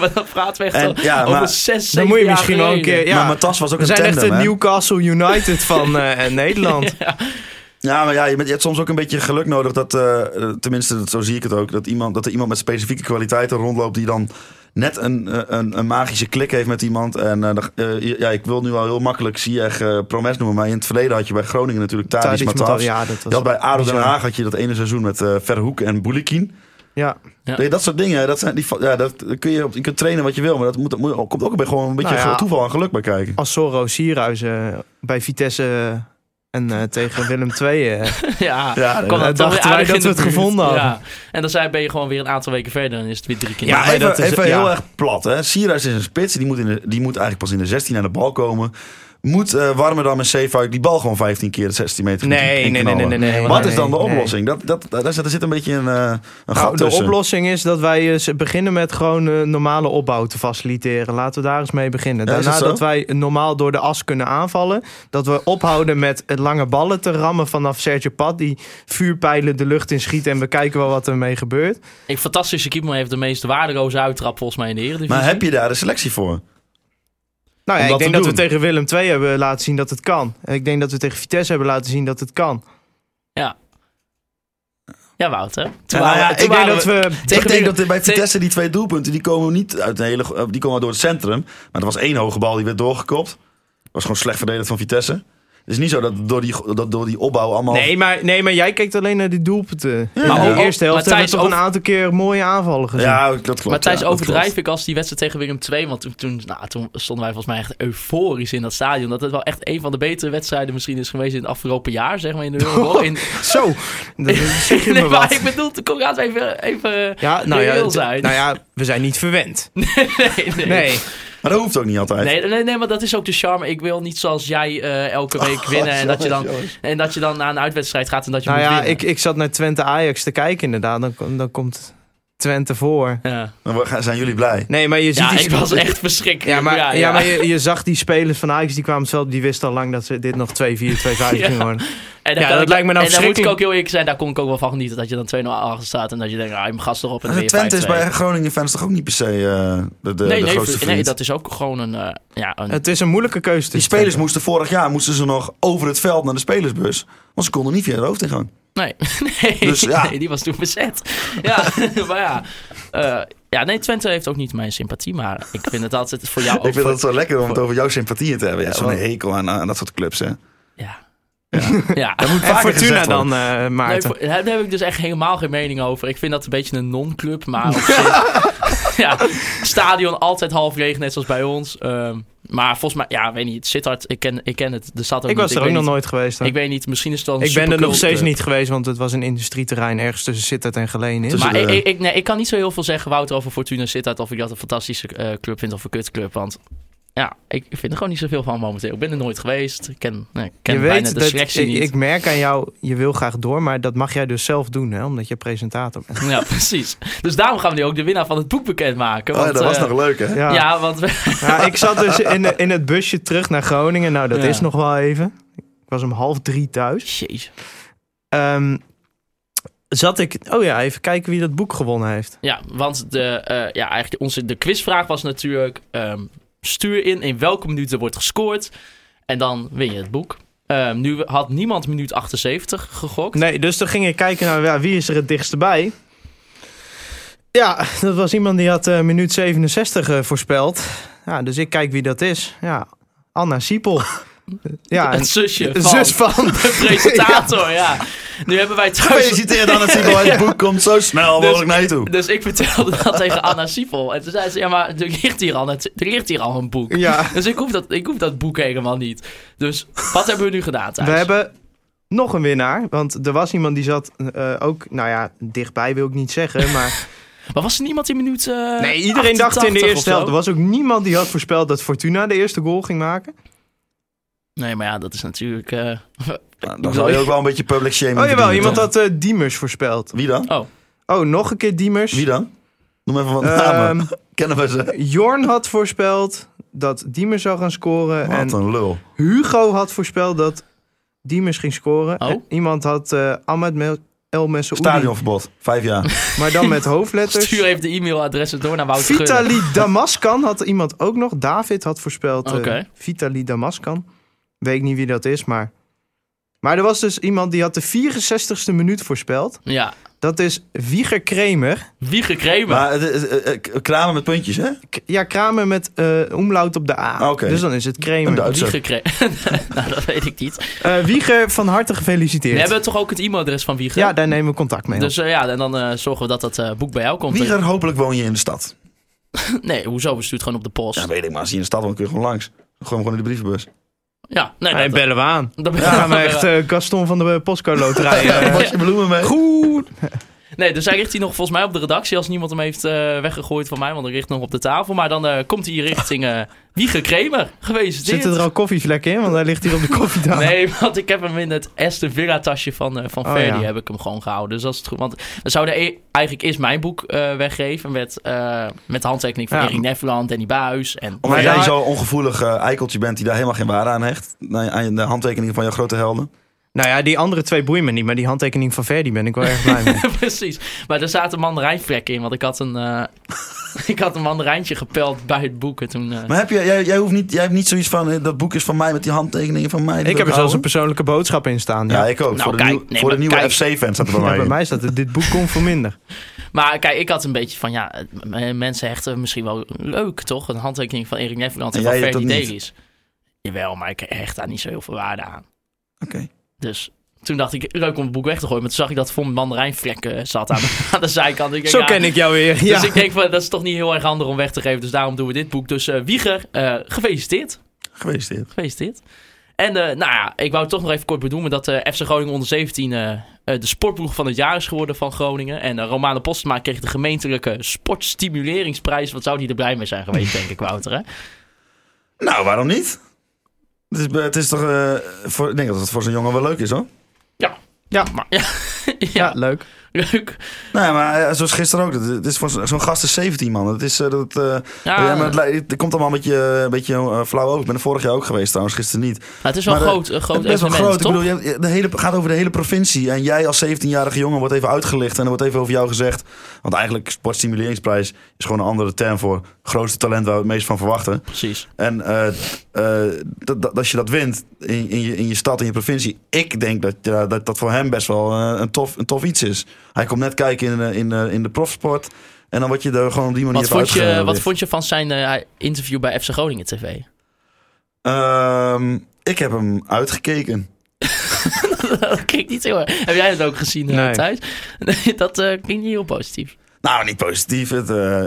S4: maar dat praten we echt
S6: En-
S4: al
S6: ja,
S4: over
S6: maar-
S4: zes,
S5: Dan
S4: zeven
S5: moet je
S4: jaar
S5: misschien wel een
S4: geleden.
S5: keer...
S6: Maar
S5: Ja,
S6: Matas was ook
S5: we
S6: een
S5: zijn
S6: tandem,
S5: echt de
S6: hè?
S5: Newcastle United van eh, eh, Nederland.
S6: Ja, maar ja, je, bent- je hebt soms ook een beetje geluk nodig dat, eh, eh, tenminste, dat- zo zie ik het ook, dat, iemand, dat er iemand met specifieke kwaliteiten rondloopt die dan net een, eh, een, een magische klik heeft met iemand. En eh, dan- eh, ja, ik wil nu al heel makkelijk Ziyech eh promes noemen, maar in het verleden had je bij Groningen natuurlijk Tadic
S5: Tadic Matas,
S6: Matas.
S5: ja, dat
S6: Je had
S5: was...
S6: bij ADO Den
S5: bizar.
S6: Haag had je dat ene seizoen met eh, Verhoek en Boulikin.
S5: Ja.
S4: Ja.
S6: Nee, Dat soort dingen, dat zijn, die, va- ja, dat dat kun je, op- je kunt trainen wat je wil, maar dat, moet, moet- komt ook bij gewoon een beetje
S5: Nou ja.
S6: toeval en geluk bij kijken.
S5: Als Zorro Sierhuis eh, bij Vitesse eh, en eh, tegen Willem II... eh,
S4: Ja,
S6: Ja,
S4: kwam dat
S5: dachten
S4: toch weer
S5: wij
S4: aardig
S5: dat
S4: in de
S5: we het
S4: buurt.
S5: gevonden hadden.
S4: Ja. En dan zijn, ben je gewoon weer een aantal weken verder en is het weer drie keer.
S5: Ja,
S4: niet.
S6: Ja,
S5: maar
S6: even,
S5: dat is-
S6: even
S5: ja.
S6: heel erg plat. Hè. Sierhuis is een spits. Die moet, in de, die moet eigenlijk pas in de 16 aan de bal komen. Moet eh Warmerdam en Zeefuik die bal gewoon 15 keer de 16 meter goed in- in knallen?
S5: nee.
S6: Wat
S5: nee,
S6: is dan de
S5: nee.
S6: oplossing? Dat, dat, daar, zit, daar zit een beetje een, eh, een
S5: Nou,
S6: gat
S5: de
S6: tussen.
S5: oplossing is dat wij eens beginnen met gewoon eh, normale opbouw te faciliteren. Laten we daar eens mee beginnen.
S6: Ja, is dat
S5: Daarna
S6: zo?
S5: dat, wij normaal door de as kunnen aanvallen. Dat we ophouden met het lange ballen te rammen vanaf Sergio Pad. Die vuurpijlen de lucht in schieten en we kijken wel wat ermee gebeurt.
S4: Ik, fantastische keeper heeft de meest waardeloze uittrap volgens mij in de Eredivisie.
S6: maar heb je daar de selectie voor?
S5: Nou ja,
S6: Om dat
S5: ik denk
S6: te
S5: dat we
S6: doen.
S5: tegen Willem II hebben laten zien dat het kan. En ik denk dat we tegen Vitesse hebben laten zien dat het kan.
S4: Ja, Wouter.
S6: Ja, nou ja, ik
S5: Ik denk
S4: waren
S5: dat
S4: we-
S5: eh, we...
S4: Tegen
S6: ik denk
S4: Willem-
S6: dat bij
S4: te-
S6: Vitesse die twee doelpunten, die komen niet uit een hele, eh, die komen door het centrum. Maar er was één hoge bal die werd doorgekopt. Dat was gewoon slecht verdedigd van Vitesse. Het is niet zo dat door die, dat door die opbouw allemaal...
S5: Nee maar, nee, maar jij kijkt alleen naar die doelpunten. In
S6: Maar
S5: de
S6: ook-
S5: eerste helft
S4: maar
S5: hebben we
S4: Thijs,
S5: toch een aantal keer mooie aanvallen gezien.
S6: nou. ja, dat klopt.
S4: Maar Thijs,
S6: ja, dat
S4: overdrijf ik als die wedstrijd tegen Willem II. Want toen, toen, nou, toen stonden wij volgens mij echt euforisch in dat stadion. Dat het wel echt een van de betere wedstrijden misschien is geweest in het afgelopen jaar, zeg maar, in de Euroborg. In,
S5: Zo, dat zeg je
S4: nee,
S5: me wat.
S4: maar ik bedoel, toen kon ik even, even
S5: Ja, nou ja,
S4: heel
S5: d-
S4: zijn.
S5: nou ja, we zijn niet verwend.
S4: nee, nee. Nee.
S5: Nee,
S6: klopt. Maar dat hoeft ook niet altijd.
S4: Nee, nee, maar dat is ook de charme. Ik wil niet zoals jij eh, elke week winnen. en, dat je dan, en dat je dan naar een uitwedstrijd gaat en dat je
S5: nou
S4: moet
S5: ja,
S4: winnen.
S5: ik, ik zat naar Twente Ajax te kijken inderdaad. Dan, kom- dan komt Twente voor.
S4: Ja,
S6: Dan wa- gaan- zijn jullie blij.
S5: Nee, maar je ziet
S4: ja
S5: die
S4: ik
S5: sp-
S4: was echt verschrikkelijk.
S5: Ja, maar, ja,
S4: ja,
S5: maar je, je zag die spelers van Ajax, die kwamen zelf, die wisten al lang dat ze dit nog 2-4, 2-5 gingen worden.
S4: En
S5: Ja,
S4: kan
S5: dat
S4: ik-
S5: lijkt me nou
S4: En daar moet ik
S5: verschrikkelijk.
S4: ook heel eerlijk zijn, daar kon ik ook wel van genieten. Dat je dan 2-0 achter staat en dat je denkt, ah, je gast erop en dan
S6: Maar
S4: ben
S6: de
S4: je
S6: Twente is
S4: 5-2.
S6: bij Groningen fans toch ook niet per se eh, de, de,
S4: nee,
S6: de
S4: nee,
S6: grootste
S4: nee,
S6: vriend.
S4: dat is ook gewoon een... eh, ja, een
S5: Het is een moeilijke keuze.
S6: Die spelers moesten vorig jaar moesten ze nog over het veld naar de spelersbus. Want ze konden niet via de hoofdingang.
S4: nee, nee,
S6: Dus ja.
S4: nee, die was toen bezet. Ja, maar ja. eh, ja, nee, Twente heeft ook niet mijn sympathie, maar ik vind het altijd voor jou ook...
S6: Ik vind
S4: voor-
S6: dat zo lekker om het over jouw sympathieën te hebben. Ja,
S4: Ja,
S6: Zo'n
S4: wel.
S6: hekel aan, aan dat soort clubs. Hè.
S4: Ja. Ja.
S5: moet en
S6: vaker
S5: Fortuna
S6: gezegd worden.
S5: dan, eh
S4: Nee,
S5: Maarten.
S4: voor- daar heb ik dus echt helemaal geen mening over. Ik vind dat een beetje een non-club, maar op zich- ja, stadion altijd half regen, net zoals bij ons. Ehm, maar volgens mij, ja, weet niet, Sittard, ik ken, ik ken het, de stad ook
S5: ik was
S4: niet.
S5: er ook
S4: weet
S5: nog
S4: niet-
S5: nooit geweest. hoor.
S4: Ik weet niet, misschien is het wel een
S5: Ik ben er nog
S4: supercult,
S5: steeds
S4: eh,
S5: niet geweest, want het was een industrieterrein ergens tussen Sittard en Geleen in.
S6: Tussen-
S4: Maar
S6: Dus,
S4: ik,
S6: eh,
S4: ik, ik- nee, ik kan niet zo heel veel zeggen, Wouter, over Fortuna Sittard. Of ik dat een fantastische eh, club vind of een kutclub. Want ja, ik vind er gewoon niet zoveel van momenteel. Ik ben er nooit geweest. Ik ken, nee, ik ken
S5: je
S4: bijna
S5: weet
S4: de
S5: dat ik,
S4: selectie niet.
S5: ik merk aan jou, je wil graag door, maar dat mag jij dus zelf doen, hè, omdat je presentator bent.
S4: Ja, precies. Dus daarom gaan we nu ook de winnaar van het boek bekendmaken.
S6: Oh, ja,
S4: Want,
S6: dat was
S4: eh,
S6: nog leuk, hè?
S5: Ja.
S4: Ja, want we,
S5: Ja, ik zat dus in, de- in het busje terug naar Groningen. Nou, dat
S4: Ja.
S5: is nog wel even. Ik was om half drie thuis.
S4: Jezus.
S5: Ehm, zat ik... Oh ja, even kijken wie dat boek gewonnen heeft.
S4: Ja, want de, eh, ja, eigenlijk onze, de quizvraag was natuurlijk... ehm, stuur in in welke minuut er wordt gescoord. En dan win je het boek. Ehm, nu had niemand minuut 78 gegokt.
S5: Nee, dus toen ging ik kijken naar ja, wie is er het dichtst bij. Ja, dat was iemand die had eh, minuut 67 eh, voorspeld. Ja, dus ik kijk wie dat is. Ja, Anna Siepel. Ja,
S4: het
S5: een
S4: zusje van
S5: zus van...
S4: de presentator, ja. Nu hebben wij thuis...
S6: Gefeliciteerd aan het Siebel. Het boek komt zo snel
S4: Dus-
S6: mogelijk naar je toe.
S4: Dus ik vertelde dat tegen Anna Siepel. En toen zei ze, ja, maar er ligt hier al, het- er ligt hier al een boek.
S5: Ja,
S4: Dus ik hoef, dat, ik hoef dat boek helemaal niet. Dus wat hebben we nu gedaan thuis?
S5: we hebben nog een winnaar. Want er was iemand die zat eh, ook... Nou ja, dichtbij wil ik niet zeggen, maar...
S4: Maar was er niemand in minuut eh,
S5: Nee, iedereen dacht in de
S4: 88 of
S5: eerste
S4: zo?
S5: helft. Er was ook niemand die had voorspeld dat Fortuna de eerste goal ging maken.
S4: Nee, maar ja, dat is natuurlijk... eh,
S6: Dan zou je ook wel een beetje public shaming
S5: Oh jawel,
S6: verdienen,
S5: iemand
S6: toch?
S5: had eh, Diemers voorspeld.
S6: Wie dan?
S5: Oh, nog een keer Diemers.
S6: Wie dan? Noem even wat namen.
S5: Ehm,
S6: Kennen we ze?
S5: Jorn had voorspeld dat Diemers zou gaan scoren.
S6: Wat
S5: en
S6: een lul.
S5: Hugo had voorspeld dat Diemers ging scoren.
S4: Oh.
S5: En iemand had eh Ahmed Mel El Messoudi,
S6: Stadionverbod. Vijf jaar.
S5: maar dan met hoofdletters.
S4: Stuur even de e-mailadressen door naar Wouter Gunning.
S5: Vitali Damaskan had iemand ook nog. David had voorspeld eh,
S4: Oké.
S5: Vitali Damaskan. Weet niet wie dat is, maar... Maar er was dus iemand die had de 64ste minuut voorspeld.
S4: Ja,
S5: Dat is Wieger Kremer.
S4: wie gekremen?
S6: Maar het is, eh, eh, kramen met puntjes, hè?
S5: K- ja, Kramer met eh omlaut op de A.
S6: Ah, Oké.
S5: Dus dan is het
S6: Een
S5: Kremer.
S4: Wie
S6: Duitser.
S4: gekremen? nou, dat weet ik niet.
S5: Eh Wieger, van harte
S4: We
S5: gefeliciteerd.
S4: hebben toch ook het e-mailadres van Wieger?
S5: Ja, daar nemen we contact mee op.
S4: Dus eh, ja, en dan eh, zorgen we dat dat eh, boek bij jou komt.
S6: Wieger, hopelijk woon je in de stad.
S4: Nee, hoezo? We stuurt gewoon op de post.
S6: Ja,
S4: Ja,
S6: weet ik, maar als je in de stad woont, kun je gewoon langs. Gewoon gewoon in de brievenbus.
S4: nee,
S5: Nee,
S4: dat-
S5: bellen we aan.
S4: dat-
S5: Dan gaan we echt eh, Gaston van de Postco Loterij. eh.
S6: Ja, was je bloemen mee?
S5: Goed.
S4: Nee, dus hij richt hij nog volgens mij op de redactie als niemand hem heeft eh, weggegooid van mij, want hij richt nog op de tafel. Maar dan eh, komt hij richting eh Wieger Kremer. Geweest.
S5: Zitten er al koffievlekken in? Want hij ligt hier op de koffietafel.
S4: Nee, want ik heb hem in het Aston Villa tasje van, eh, van
S5: Oh,
S4: Verdi
S5: ja.
S4: heb ik hem gewoon gehouden. Dus dat is het goed. Want we zouden e- eigenlijk eerst mijn boek eh, weggeven met, eh, met de handtekening van
S5: Ja. Oh.
S4: Erik Neffeland, Danny Buis. En,
S6: Omdat
S5: Maar
S6: jij
S5: daar-
S6: zo'n ongevoelig eh, eikeltje bent die daar helemaal geen waarde aan hecht. Nee, Aan de handtekeningen van jouw grote helden.
S5: Nou ja, die andere twee boeien me niet. Maar die handtekening van Verdi ben ik wel erg blij mee.
S4: Precies. Maar er zaten mandarijnvlekken in, want ik had een, eh, ik had een mandarijntje gepeld bij het boek. En toen, eh,
S6: Maar heb je, jij, jij, hoeft niet, jij hebt niet zoiets van, eh, dat boek is van mij met die handtekeningen van mij.
S5: Ik heb er zelfs een persoonlijke boodschap in staan. Ja.
S6: Ja, ik ook.
S4: Nou,
S6: voor de,
S4: kijk,
S6: nieuw-
S4: nee,
S6: voor de
S4: maar
S6: nieuwe
S4: kijk.
S6: FC-fans staat er bij
S5: Ja,
S6: mij
S5: bij
S6: in.
S5: mij staat het, dit boek komt voor minder.
S4: Maar kijk, ik had een beetje van, ja, eh, m- mensen hechten misschien wel leuk, toch? Een handtekening van Erik Neffeland en
S6: En
S4: van
S6: jij hebt
S4: Ferdy
S6: dat niet.
S4: Davies. Jawel, maar ik hecht daar niet zo heel veel waarde aan.
S6: Oké.
S4: Dus toen dacht ik, leuk om het boek weg te gooien. Maar toen zag ik dat het vol met mandarijnvlekken zat aan, aan de zijkant. Ik denk,
S5: Zo
S4: ja,
S5: ken ik jou weer. Ja.
S4: Dus ik denk, van, dat is toch niet heel erg handig om weg te geven. Dus daarom doen we dit boek. Dus eh, Wieger, eh, gefeliciteerd.
S6: Geweest dit.
S4: Gefeliciteerd. En eh, nou ja, ik wou toch nog even kort benoemen dat eh FC Groningen onder 17 eh, eh, de sportploeg van het jaar is geworden van Groningen. En eh, Romane Postma kreeg de gemeentelijke sportstimuleringsprijs. Wat zou die er blij mee zijn geweest, denk ik, Wouter? Hè?
S6: Nou, waarom niet? Het is, het is toch, eh, voor, ik denk dat het voor zo'n jongen wel leuk is hoor.
S5: Ja.
S4: Maar, ja, ja.
S5: leuk.
S4: Leuk. Nou,
S6: Nee, maar eh, zoals gisteren ook. Het is voor zo- zo'n gast is 17 man. Het is eh, dat. eh,
S4: Ja,
S6: ja, maar het,
S4: maar
S6: li- het komt allemaal een beetje, eh, een beetje eh, flauw over. Ik ben er vorig jaar ook geweest trouwens, gisteren niet.
S4: het is wel
S6: maar, eh,
S4: groot, een groot
S6: Het is best wel
S4: evenement,
S6: groot.
S4: toch?
S6: Ik bedoel, je hebt- je- de hele, het gaat over de hele provincie. En jij als 17-jarige jongen wordt even uitgelicht. En er wordt even over jou gezegd. Want eigenlijk, sportstimuleringsprijs is gewoon een andere term voor grootste talent waar we het meest van verwachten.
S4: Precies.
S6: En eh, eh, dat, dat, als je dat wint in, in, je, in je stad, in je provincie. Ik denk dat ja, dat, dat voor hem best wel eh, een, tof, een tof iets is. Hij komt net kijken in, eh, in, eh, in de profsport. En dan word je er gewoon op die manier
S4: Wat
S6: even
S4: vond, je,
S6: uitgelicht.
S4: wat vond je van zijn eh, interview bij FC Groningen TV?
S6: Ehm, ik heb hem uitgekeken.
S4: dat klinkt niet heel erg. Heb jij dat ook gezien eh,
S5: Nee.
S4: thuis? Nee, dat eh, klinkt niet heel positief.
S6: Nou, niet positief. Het, eh,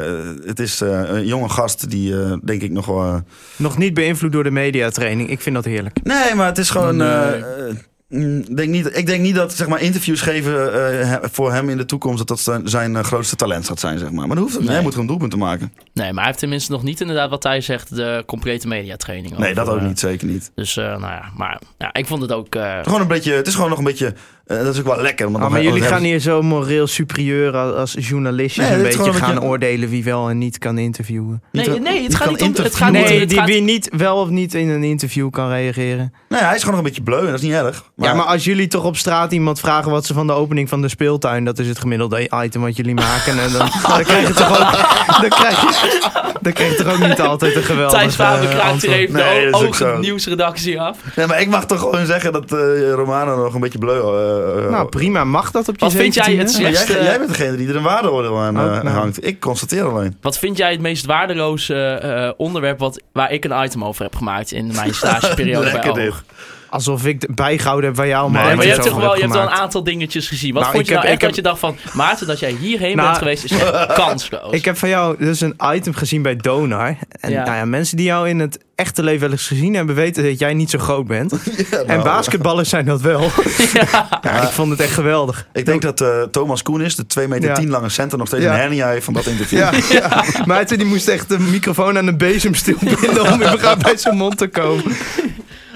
S6: het is eh, een jonge gast die, eh, denk ik, nog wel... eh,
S5: Nog niet beïnvloed door de mediatraining. Ik vind dat heerlijk.
S6: Nee, maar het is gewoon...
S4: Nee.
S6: eh, eh, mm, denk niet, ik denk niet dat zeg maar, interviews geven eh, he- voor hem in de toekomst... dat dat zijn, zijn eh, grootste talent gaat zijn, zeg maar. Maar dat hoeft hem.
S4: Nee.
S6: Hij moet gewoon doelpunten maken.
S4: Nee, maar hij heeft tenminste nog niet inderdaad wat hij zegt, de complete mediatraining.
S6: Nee,
S4: over,
S6: dat ook
S4: eh,
S6: niet. Zeker niet.
S4: Dus eh, nou ja, maar ja, ik vond het ook... eh,
S6: Gewoon een beetje, het is gewoon nog een beetje... eh, dat is ook wel lekker. want
S5: Ah,
S6: dan
S5: maar
S6: ga-
S5: jullie
S6: dan
S5: gaan
S6: hebben-
S5: hier zo moreel superieur als, als journalistjes
S6: Nee,
S5: een
S6: dit is
S5: beetje
S6: gewoon een
S5: gaan
S6: beetje-
S5: oordelen wie wel en niet kan interviewen.
S4: nee,
S6: niet-
S4: Ah, nee, het
S6: niet
S4: gaat
S6: kan
S4: niet om... Het
S6: interviewen.
S4: gaat niet,
S5: nee,
S4: het
S5: die
S4: gaat-
S5: wie niet wel of niet in een interview kan reageren.
S6: Nee, hij is gewoon nog een beetje bleu en dat is niet erg.
S5: ja, maar als jullie toch op straat iemand vragen wat ze van de opening van de speeltuin, dat is het gemiddelde item wat jullie maken. En dan, dan krijg je toch ook, dan krijg je, dan krijg je toch ook niet altijd een geweldig
S4: Thijs Faber
S5: eh,
S4: kraakt
S5: antwoord.
S4: hier even
S6: Nee,
S4: de
S6: dat is ook
S4: ogen
S6: zo.
S4: nieuwsredactie af.
S6: Nee, maar ik mag toch gewoon zeggen dat eh, Romano nog een beetje bleu... eh, eh,
S5: Nou, prima. Mag dat op je
S4: Wat vind jij
S5: 17e?
S4: het
S6: Maar jij,
S4: slechtste...
S6: jij bent degene die er een waardeoordeel aan
S5: Oh,
S6: eh,
S5: nou.
S6: hangt. Ik constateer alleen.
S4: Wat vind jij het meest waardeloze eh, eh, onderwerp wat, waar ik een item over heb gemaakt in mijn stageperiode bij
S6: Lekker dit.
S4: Oog?
S5: Alsof ik de- bijgehouden heb waar jou allemaal
S6: Nee,
S4: maar je
S5: items
S4: hebt toch wel,
S5: over
S4: je
S5: hebt
S4: hebt wel een
S5: gemaakt.
S4: aantal dingetjes gezien. Wat
S5: Nou,
S4: vond
S5: ik
S4: je nou echt
S5: heb- ik
S4: dat je dacht van... Maarten, dat jij hierheen
S5: Nou,
S4: bent geweest is echt kansloos.
S5: Ik heb van jou dus een item gezien bij Donar. En
S4: Ja.
S5: Nou ja, mensen die jou in het echte leven wel eens gezien hebben, weten dat jij niet zo groot bent. En basketballers zijn dat wel. Ja. ik vond het echt geweldig.
S6: Ik denk dat eh, Thomas Koen is, de 2 meter
S5: Ja.
S6: 10 lange center, nog steeds
S5: Ja.
S6: een hernia heeft van dat interview.
S5: Ja, ja. Maarten die moest echt de microfoon aan de bezemstil binden om überhaupt bij zijn mond te komen.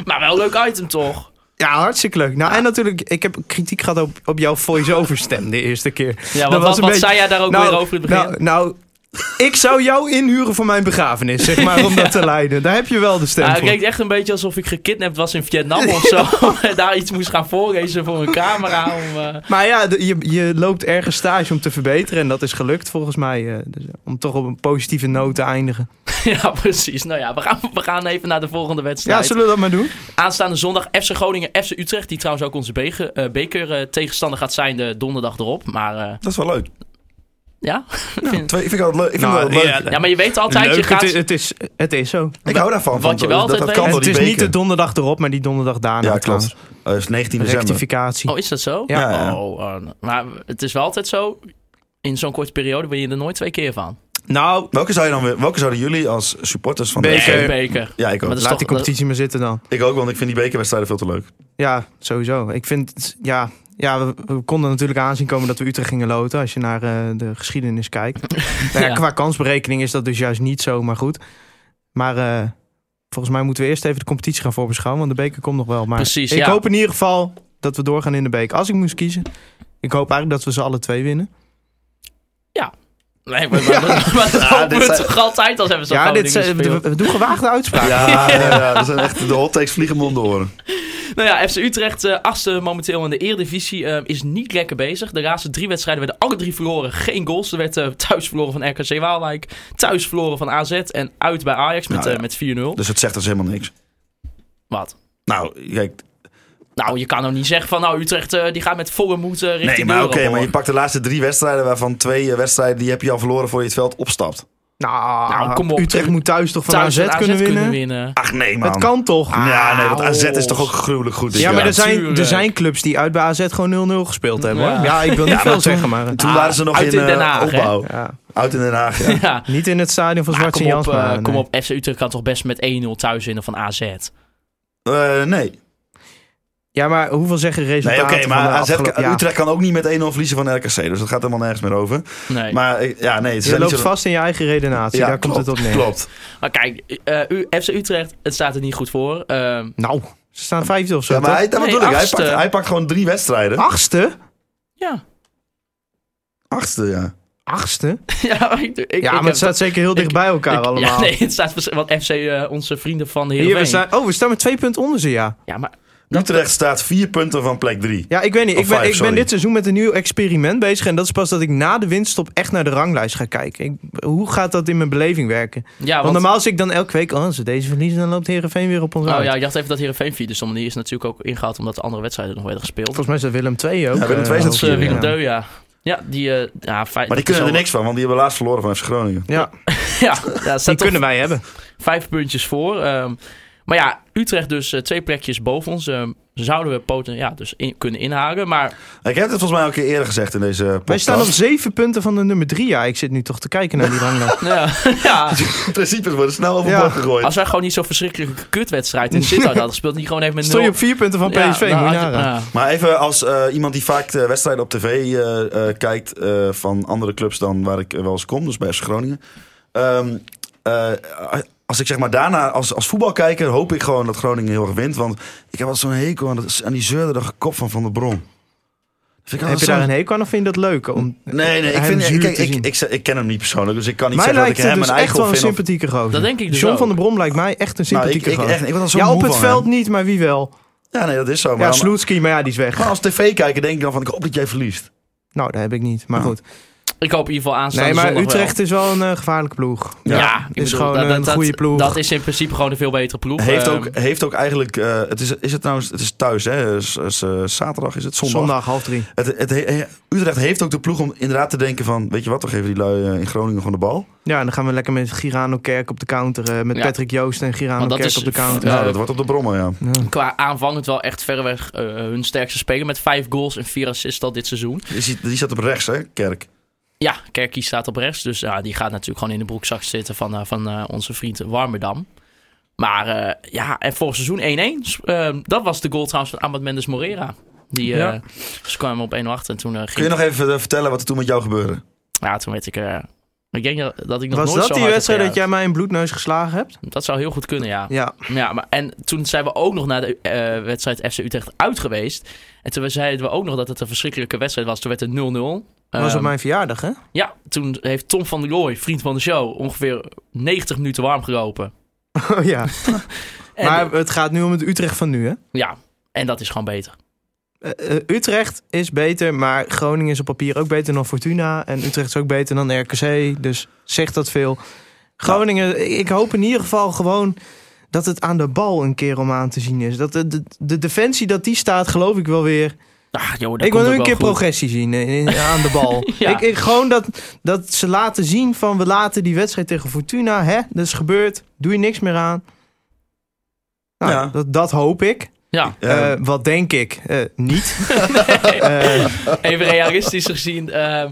S4: Maar wel een leuk item toch?
S5: Ja, hartstikke leuk. Nou, en natuurlijk, ik heb kritiek gehad op, op jouw voice-over stem de eerste keer.
S4: Ja,
S5: Dat
S4: want
S5: was
S4: wat,
S5: een
S4: wat
S5: beetje-
S4: zei jij daar ook
S5: Nou,
S4: weer over in het begin?
S5: nou, nou, ik zou jou inhuren voor mijn begrafenis, zeg maar, om dat te leiden. Daar heb je wel de stem
S4: Ja, het
S5: voor.
S4: klinkt echt een beetje alsof ik gekidnapt was in Vietnam of zo. En daar iets moest gaan voorlezen voor een camera. Om, eh,
S5: Maar ja, de- je, je loopt ergens stage om te verbeteren. En dat is gelukt volgens mij. eh, dus, eh, om toch op een positieve noot te eindigen.
S4: Ja, precies. Nou ja, we gaan, we gaan even naar de volgende
S5: Ja,
S4: wedstrijd.
S5: zullen we dat maar doen?
S4: Aanstaande zondag FC Groningen, FC Utrecht. Die trouwens ook onze bege- eh, beker eh, tegenstander gaat zijn de donderdag erop. Maar eh,
S6: Dat is wel leuk.
S4: ja. Vind-
S6: Twee, ik vind ik altijd leuk. Ik, vind
S5: Nou,
S6: het altijd leuk.
S5: ja,
S4: ja, maar je weet altijd, je
S5: het,
S4: gaat...
S5: is, het, is, het is zo.
S6: ik hou daarvan.
S4: Wat je wel
S6: dat, dat
S4: altijd
S6: kan
S5: En
S6: door
S5: het
S6: die
S5: is niet de
S6: beker.
S5: donderdag erop, maar die donderdag daarna.
S6: Ja, klopt.
S5: trouwens.
S6: Eh, Het is 19 december.
S5: Rectificatie.
S4: Oh, is dat zo?
S5: Ja.
S6: Ja, ja.
S4: Oh, eh, maar het is wel altijd zo. In zo'n korte periode ben je er nooit twee keer van.
S5: Nou,
S6: Welke, zou je dan weer, welke zouden jullie als supporters van
S5: Beker.
S6: de...
S4: Geen beker.
S6: Ja, ik ook.
S4: Maar dat is
S5: laat
S4: toch-
S5: die competitie maar zitten dan.
S6: Ik ook, want ik vind die bekerwedstrijden veel te leuk.
S5: Ja, sowieso. Ik vind, het- ja, ja we, we konden natuurlijk aanzien komen dat we Utrecht gingen loten. Als je naar eh, de geschiedenis kijkt. Nou ja,
S4: Ja.
S5: Qua kansberekening is dat dus juist niet zo, maar goed. Maar eh, volgens mij moeten we eerst even de competitie gaan voorbeschouwen. Want de beker komt nog wel. Maar
S4: Precies,
S5: ik
S4: ja.
S5: hoop in ieder geval dat we doorgaan in de beker. Als ik moest kiezen. Ik hoop eigenlijk dat we ze alle twee winnen.
S4: Nee, maar, maar, maar, maar dat hopen
S6: dit
S4: we
S6: zijn-
S4: toch altijd als hebben zo'n
S5: ja,
S4: Groningen
S5: dit, zijn-
S4: speelt.
S5: we, we doen gewaagde uitspraken.
S6: Ja, Ah, ja. ja, dat zijn echt de hot takes vliegen monden horen.
S4: Nou ja, FC Utrecht, eh achtste momenteel in de Eredivisie, eh, is niet lekker bezig. De laatste drie wedstrijden werden alle drie verloren. Geen goals. Er werd eh, thuis verloren van RKC Waalwijk, thuis verloren van AZ en uit bij Ajax met,
S6: Nou ja.
S4: eh, met 4-0.
S6: Dus het zegt dus helemaal niks.
S4: Wat?
S6: Nou, kijk,
S4: Nou, je kan nou niet zeggen van, nou, Utrecht eh, die gaat met volle moed eh, richting
S6: nee, maar
S4: de
S6: oké,
S4: Europa,
S6: maar je
S4: hoor.
S6: pakt de laatste drie wedstrijden, waarvan twee eh, wedstrijden die heb je al verloren voor je het veld opstapt.
S5: Nou,
S4: Nou, kom op.
S5: Utrecht moet thuis toch van
S4: Thuis
S5: AZ,
S4: van
S5: kunnen winnen?
S6: Ach nee, man.
S5: Het kan toch?
S6: Ja, nee, dat AZ is toch ook gruwelijk goed. dit
S5: Ja, maar
S6: jaar.
S5: er zijn, er
S4: tuurlijk.
S5: zijn clubs die uit bij AZ gewoon 0-0 gespeeld hebben.
S4: Ja.
S5: Hoor. Ja, ik wil niet
S6: Ja,
S5: veel
S6: maar toen-
S5: zeggen, maar...
S6: Toen
S4: Ah,
S6: waren ze nog
S4: uit
S6: in,
S4: in
S6: eh,
S4: Den Haag, hè?
S6: opbouw.
S5: Ja.
S6: Uit in Den Haag, ja.
S4: Ja.
S5: Niet in het stadion van
S4: Maar
S5: Zwarte
S4: kom op,
S5: Jansma.
S4: eh,
S5: nee.
S4: kom op, FC Utrecht kan toch best met 1-0 thuis winnen van AZ.
S6: Eh, nee,
S5: Ja, maar hoeveel zeggen
S6: nee
S5: resultaten
S6: oké,
S5: van
S6: maar
S5: de
S6: AZ,
S5: afgelopen- ja.
S6: Utrecht kan ook niet met 1-0 verliezen van RKC. Dus dat gaat helemaal nergens meer over.
S4: Nee.
S6: Maar eh, ja, nee. Ze
S5: Je
S6: zijn niet
S5: loopt
S6: zo-
S5: vast in je eigen redenatie,
S6: Ja,
S5: daar komt
S6: klopt,
S5: het op neer.
S6: Klopt.
S4: Maar kijk, eh, U- FC Utrecht, het staat er niet goed voor. Ehm,
S5: Nou, ze staan vijfde of zo,
S6: Ja, maar
S5: toch?
S6: hij, dat
S4: Nee,
S6: bedoel ik. Hij
S4: achtste.
S6: pakt, hij pakt gewoon drie wedstrijden.
S5: Achtste?
S4: ja.
S6: Achtste, ja.
S5: Achtste?
S4: ja, maar ik, ik,
S5: Ja,
S4: ik
S5: maar
S4: heb-
S5: het staat zeker heel dicht bij elkaar
S4: ik-
S5: allemaal.
S4: Ja, nee, het staat vers- want FC, eh, onze vrienden van
S5: Hier, we
S4: Heerenveen.
S5: staan, oh, we staan met twee punten onder ze, ja.
S4: Ja, maar
S6: Utrecht staat vier punten van plek drie.
S5: Ja, ik weet niet.
S6: Of
S5: Ik ben,
S6: vijf,
S5: ik ben
S6: sorry.
S5: dit seizoen met een nieuw experiment bezig. En dat is pas dat ik na de winststop echt naar de ranglijst ga kijken. Ik- hoe gaat dat in mijn beleving werken?
S4: ja,
S5: Want
S4: want,
S5: normaal als ik dan elke week, oh, als we deze verliezen, dan loopt Herenveen weer op ons
S4: oh,
S5: uit.
S4: ja, ik dacht even dat Heerenveen vierde stond. maar Die is natuurlijk ook ingehaald omdat de andere wedstrijden nog werden gespeeld.
S5: Volgens mij staat Willem 2 ook.
S6: Ja, Willem
S5: eh,
S6: II staat
S5: als-
S4: Dat is eh,
S6: vierde,
S4: Willem
S5: ja.
S4: Deu, ja. Ja, die, eh ja, vijf,
S6: Maar die kunnen er niks van, want die hebben laatst verloren van FC Groningen.
S5: Ja,
S4: Ja, ja,
S5: die
S4: staat toch
S5: kunnen wij hebben.
S4: vijf puntjes voor. Ehm, maar ja, Utrecht dus eh, twee plekjes boven ons. Ehm, zouden we poten ja, dus in- kunnen inhaken. Maar
S6: Ik heb het volgens mij al een keer eerder gezegd in deze podcast.
S5: Wij staan op zeven punten van de nummer drie. Ja, ik zit nu toch te kijken naar die ranglijst.
S4: ja, ja,
S6: Principes worden snel
S5: Ja.
S6: overboord gegooid.
S4: als wij gewoon niet zo'n verschrikkelijke kutwedstrijd in nou, Sittard hadden gespeeld. Die gewoon even met
S5: Stond je
S4: nul-
S5: op vier punten van PSV,
S4: Ja,
S5: moet je
S4: nou had je-
S5: nagaan.
S4: ja.
S6: Maar even als eh, iemand die vaak eh, wedstrijden op tv eh, eh, kijkt eh, van andere clubs dan waar ik eh, wel eens kom, dus bij FC Groningen. Ehm, eh, als ik zeg maar daarna als, als voetbalkijker hoop ik gewoon dat Groningen heel erg wint. Want ik heb altijd zo'n hekel aan, dat, aan die zeurderige kop van Van der Bron. Vind ik
S5: Heb
S6: altijd
S5: je daar
S6: zo'n-
S5: een hekel aan of vind je dat leuk? Om,
S6: Nee, nee, ik,
S5: Hem
S6: vind,
S5: zuur
S6: ik, ik,
S5: te
S6: ik,
S5: zien.
S6: ik, ik ken hem niet persoonlijk, dus ik kan niet
S5: mij
S6: zeggen dat ik
S5: lijkt
S6: hem
S5: het dus
S6: een
S5: echt
S6: eikel
S5: wel een
S6: vind. of-
S5: sympathieke gozer.
S4: Dat denk ik dus
S5: John
S4: ook.
S5: van der Brom lijkt mij echt een
S6: nou, ik,
S5: sympathieke
S6: ik,
S5: gozer.
S6: echt, ik was
S5: ja, op het veld niet, maar wie wel.
S6: Ja, nee, dat is zo. Maar,
S5: ja,
S6: dan-
S5: Sloetski, maar Oh. ja, die is weg.
S6: maar als tv-kijker denk ik dan van, ik hoop dat jij verliest.
S5: Nou, dat heb ik niet. Maar
S6: Ja.
S5: goed.
S4: Ik hoop in ieder geval aanstaande
S5: Nee, maar
S4: zondag wel.
S5: Utrecht is wel een eh, gevaarlijke ploeg.
S4: Ja,
S6: Ja,
S4: ik
S5: is
S4: bedoel,
S5: gewoon
S4: dat-
S5: een
S4: dat-
S5: goede ploeg.
S4: Dat is in principe gewoon een veel betere ploeg.
S6: Heeft
S4: Ehm,
S6: ook, heeft ook eigenlijk, eh, het is, is het trouwens, het is thuis hè, is, is, eh, zaterdag is het, zondag.
S5: Zondag half drie.
S6: Het, het, he- he- Utrecht heeft ook de ploeg om inderdaad te denken van, weet je wat, we geven die lui eh, in Groningen gewoon de bal.
S5: Ja, en dan gaan we lekker met Girano Kerk op de counter. eh, met
S4: Ja.
S5: Patrick Joost en Girano
S4: Want dat
S5: Kerk
S4: is-
S5: op de counter.
S4: Ja.
S6: nou, dat wordt op de brommen, ja.
S4: Qua aanvangend wel echt verreweg eh, hun sterkste speler. Met vijf goals en vier assists al dit seizoen.
S6: Die, zit- die zat op rechts hè, Kerk.
S4: Ja, Kerkie staat op rechts. Dus ja, die gaat natuurlijk gewoon in de broekzak zitten van, eh, van eh, onze vriend Warmerdam. Maar eh, ja, en vorig seizoen 1-1. s- eh, dat was de goal trouwens van Ahmad Mendes Morera. Die eh
S5: Ja.
S4: ze kwamen op 1-8 en toen eh,
S6: Kun
S4: ging...
S6: je nog even eh, vertellen wat er toen met jou gebeurde?
S4: Ja, toen werd ik... eh, ik denk dat- dat ik nog
S5: Was
S4: nooit
S5: dat
S4: zo
S5: die
S4: hard
S5: wedstrijd
S4: heb
S5: dat jij mij een bloedneus geslagen hebt?
S4: gejuicht. Dat zou heel goed kunnen, ja.
S5: Ja.
S4: Ja, maar en toen zijn we ook nog naar de eh, wedstrijd FC Utrecht uit geweest. En toen zeiden we ook nog dat het een verschrikkelijke wedstrijd was. Toen werd het 0-0.
S5: Dat was
S4: Ehm,
S5: op mijn verjaardag, hè?
S4: Ja, toen heeft Tom van der Looy, vriend van de show, ongeveer 90 minuten warm gelopen.
S5: Oh ja.
S4: En,
S5: maar het gaat nu om het Utrecht van nu, hè?
S4: Ja, en dat is gewoon beter.
S5: Eh, eh, Utrecht is beter, maar Groningen is op papier ook beter dan Fortuna. En Utrecht is ook beter dan RKC. Dus zegt dat veel. Groningen, ik hoop in ieder geval gewoon dat het aan de bal een keer om aan te zien is. Dat de, de, de defensie dat die staat, geloof ik wel weer.
S4: Ah, joh, dat
S5: ik wil
S4: komt
S5: nu
S4: ook
S5: een
S4: wel
S5: keer
S4: goed.
S5: progressie zien eh, in- in- aan de bal.
S4: Ja.
S5: ik, ik, gewoon dat, dat ze laten zien van we laten die wedstrijd tegen Fortuna. Hè? Dat is gebeurd, doe je niks meer aan. Nou,
S6: Ja.
S5: dat, dat hoop ik.
S4: Ja,
S6: Ja.
S5: Eh, wat denk ik? Eh, niet.
S4: even realistisch gezien ehm,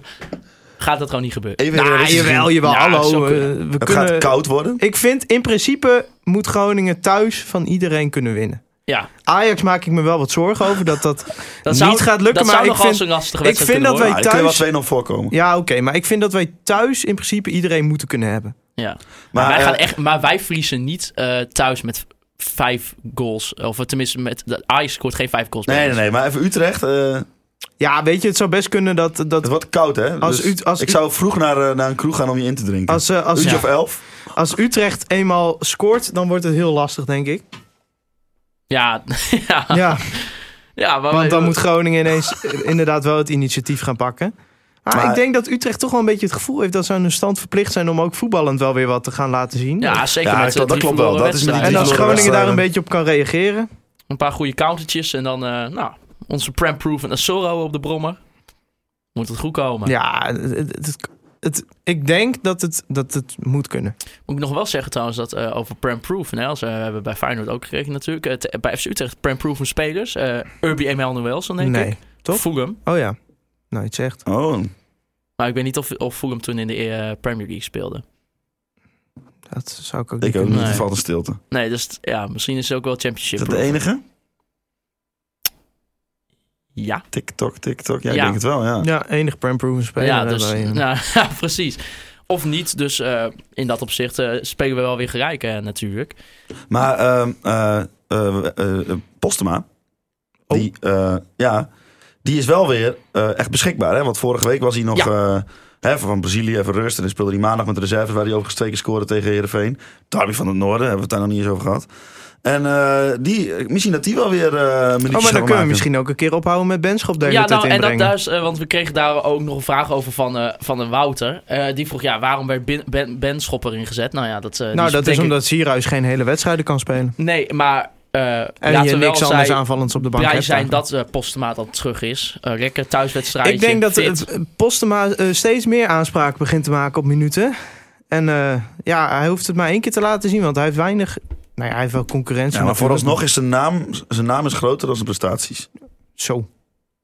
S4: gaat dat gewoon niet gebeuren.
S6: Even
S5: Nou,
S6: realistisch
S5: jawel,
S6: gezien,
S5: jawel.
S4: Ja, het zou
S5: hallo. eh,
S4: kunnen.
S5: we
S6: Het
S5: kunnen...
S6: gaat koud worden.
S5: Ik vind in principe moet Groningen thuis van iedereen kunnen winnen.
S4: Ja,
S5: Ajax maak ik me wel wat zorgen over dat dat,
S4: dat
S5: niet
S4: zou,
S5: gaat lukken.
S4: dat
S5: maar
S4: zou
S5: ik
S4: nog wel
S5: vind,
S4: eens een lastige
S5: ik
S4: wedstrijd
S5: vind
S4: kunnen
S5: dat wij
S6: Ah, ik kun je
S5: thuis-
S6: wel 2-0 voorkomen.
S5: Ja, oké. maar ik vind dat wij thuis in principe iedereen moeten kunnen hebben.
S4: worden. Ja. Maar,
S6: Maar,
S4: wij
S6: eh,
S4: gaan echt, maar wij vriezen niet eh, thuis met vijf goals. Of tenminste, met, de Ajax scoort geen vijf goals. bij
S6: Nee,
S4: ons.
S6: nee, nee, maar even Utrecht. eh,
S5: Ja, weet je, het zou best kunnen dat...
S6: het
S5: dat
S6: wordt koud, hè?
S5: Als
S6: Dus
S5: Ut- als
S6: ik
S5: Ut-
S6: zou vroeg naar, eh, naar een kroeg gaan om je in te drinken.
S5: als, eh, als,
S6: Uurtje
S4: Ja.
S6: of elf.
S5: als Utrecht eenmaal scoort, dan wordt het heel lastig, denk ik.
S4: Ja, ja,
S5: Ja,
S4: Ah. ja maar
S5: want dan moet Groningen ineens eh, inderdaad wel het initiatief gaan pakken. Maar,
S6: Maar-
S5: ik denk dat Utrecht toch wel een beetje het gevoel heeft... dat ze aan hun stand verplicht zijn om ook voetballend wel weer wat te gaan laten zien.
S4: Ja, zeker
S6: Ja,
S4: met
S6: dat-
S4: eh,
S6: dat
S4: drie
S6: klopt wel.
S4: verloren
S6: Dat is met die
S4: wedstrijden.
S5: en als
S6: verloren
S5: Groningen daar een
S6: wedstrijden.
S5: beetje op kan reageren...
S4: Een paar goede countertjes en dan, eh, nou, onze Prem-proof en Asoro op de brommer. Moet het goed komen.
S5: Ja, het, het, het- ik denk dat het, dat het moet kunnen.
S4: Moet ik nog wel zeggen trouwens dat eh, over Prem-proof, en als, eh, we hebben bij Feyenoord ook gekregen natuurlijk, eh, te- bij FC Utrecht Prem-proof van spelers, eh Urbi Emmanuel Wilson denk
S5: nee.
S4: ik.
S5: toch?
S4: Fulham.
S5: Oh ja. Nou, je het zegt.
S6: Oh,
S4: Maar ik weet niet of, of Fulham toen in de eh, Premier League speelde.
S5: Dat zou ik ook niet
S6: ik ook
S5: kunnen.
S6: niet.
S4: Nee.
S6: Er valt een stilte.
S4: Nee, dus t- ja, misschien is het ook wel Championship.
S6: Is dat de enige?
S4: Ja,
S6: TikTok, TikTok. Ja,
S4: Ja.
S6: ik denk het wel, ja.
S5: Ja, enig prem-proven speler.
S4: ja,
S5: hebben
S4: dus,
S5: wij, eh.
S4: nou, ja, precies. Of niet, dus eh, in dat opzicht eh, spelen we wel weer gelijk eh, natuurlijk.
S6: Maar ehm, eh, eh, eh, eh, Postema,
S5: Oh.
S6: die, eh, ja, Die is wel weer eh, echt beschikbaar. Hè? Want vorige week was hij nog
S4: Ja.
S6: eh, hè, van Brazilië even rust. En dan speelde hij maandag met de reserves. Waar hij overigens twee keer scoorde tegen Heerenveen. Derby van het Noorden. Hebben we het daar nog niet eens over gehad. En eh, die, misschien dat die wel weer eh een minuutje
S5: Oh, maar dan
S6: zal
S5: kunnen we
S6: maken.
S5: misschien ook een keer ophouden met Benschop de hele
S4: Ja,
S5: tijd
S4: nou, en dat
S5: inbrengen.
S4: thuis, eh, want we kregen daar ook nog een vraag over van, eh, van een Wouter. Eh, die vroeg, ja, waarom werd Bin- ben, ben Schopper ingezet? Nou ja, dat, eh, die
S5: nou, dat
S4: denk
S5: is
S4: ik-
S5: omdat Sierhuis geen hele wedstrijden kan spelen.
S4: Nee, maar... eh
S5: En
S4: laten
S5: je
S4: we wel
S5: niks
S4: zijn-
S5: anders aanvallends op de bank
S4: blij
S5: hebt
S4: zijn
S5: eigenlijk.
S4: dat eh Postema dan terug is. Eh lekker thuiswedstrijdje.
S5: Ik denk dat
S4: fit.
S5: eh, Postema eh, steeds meer aanspraak begint te maken op minuten. En eh, ja, hij hoeft het maar één keer te laten zien, want hij heeft weinig... Nou ja, hij heeft wel concurrentie.
S6: Ja, maar
S5: natuurlijk.
S6: vooralsnog is zijn naam, zijn naam is groter dan zijn prestaties.
S5: Zo,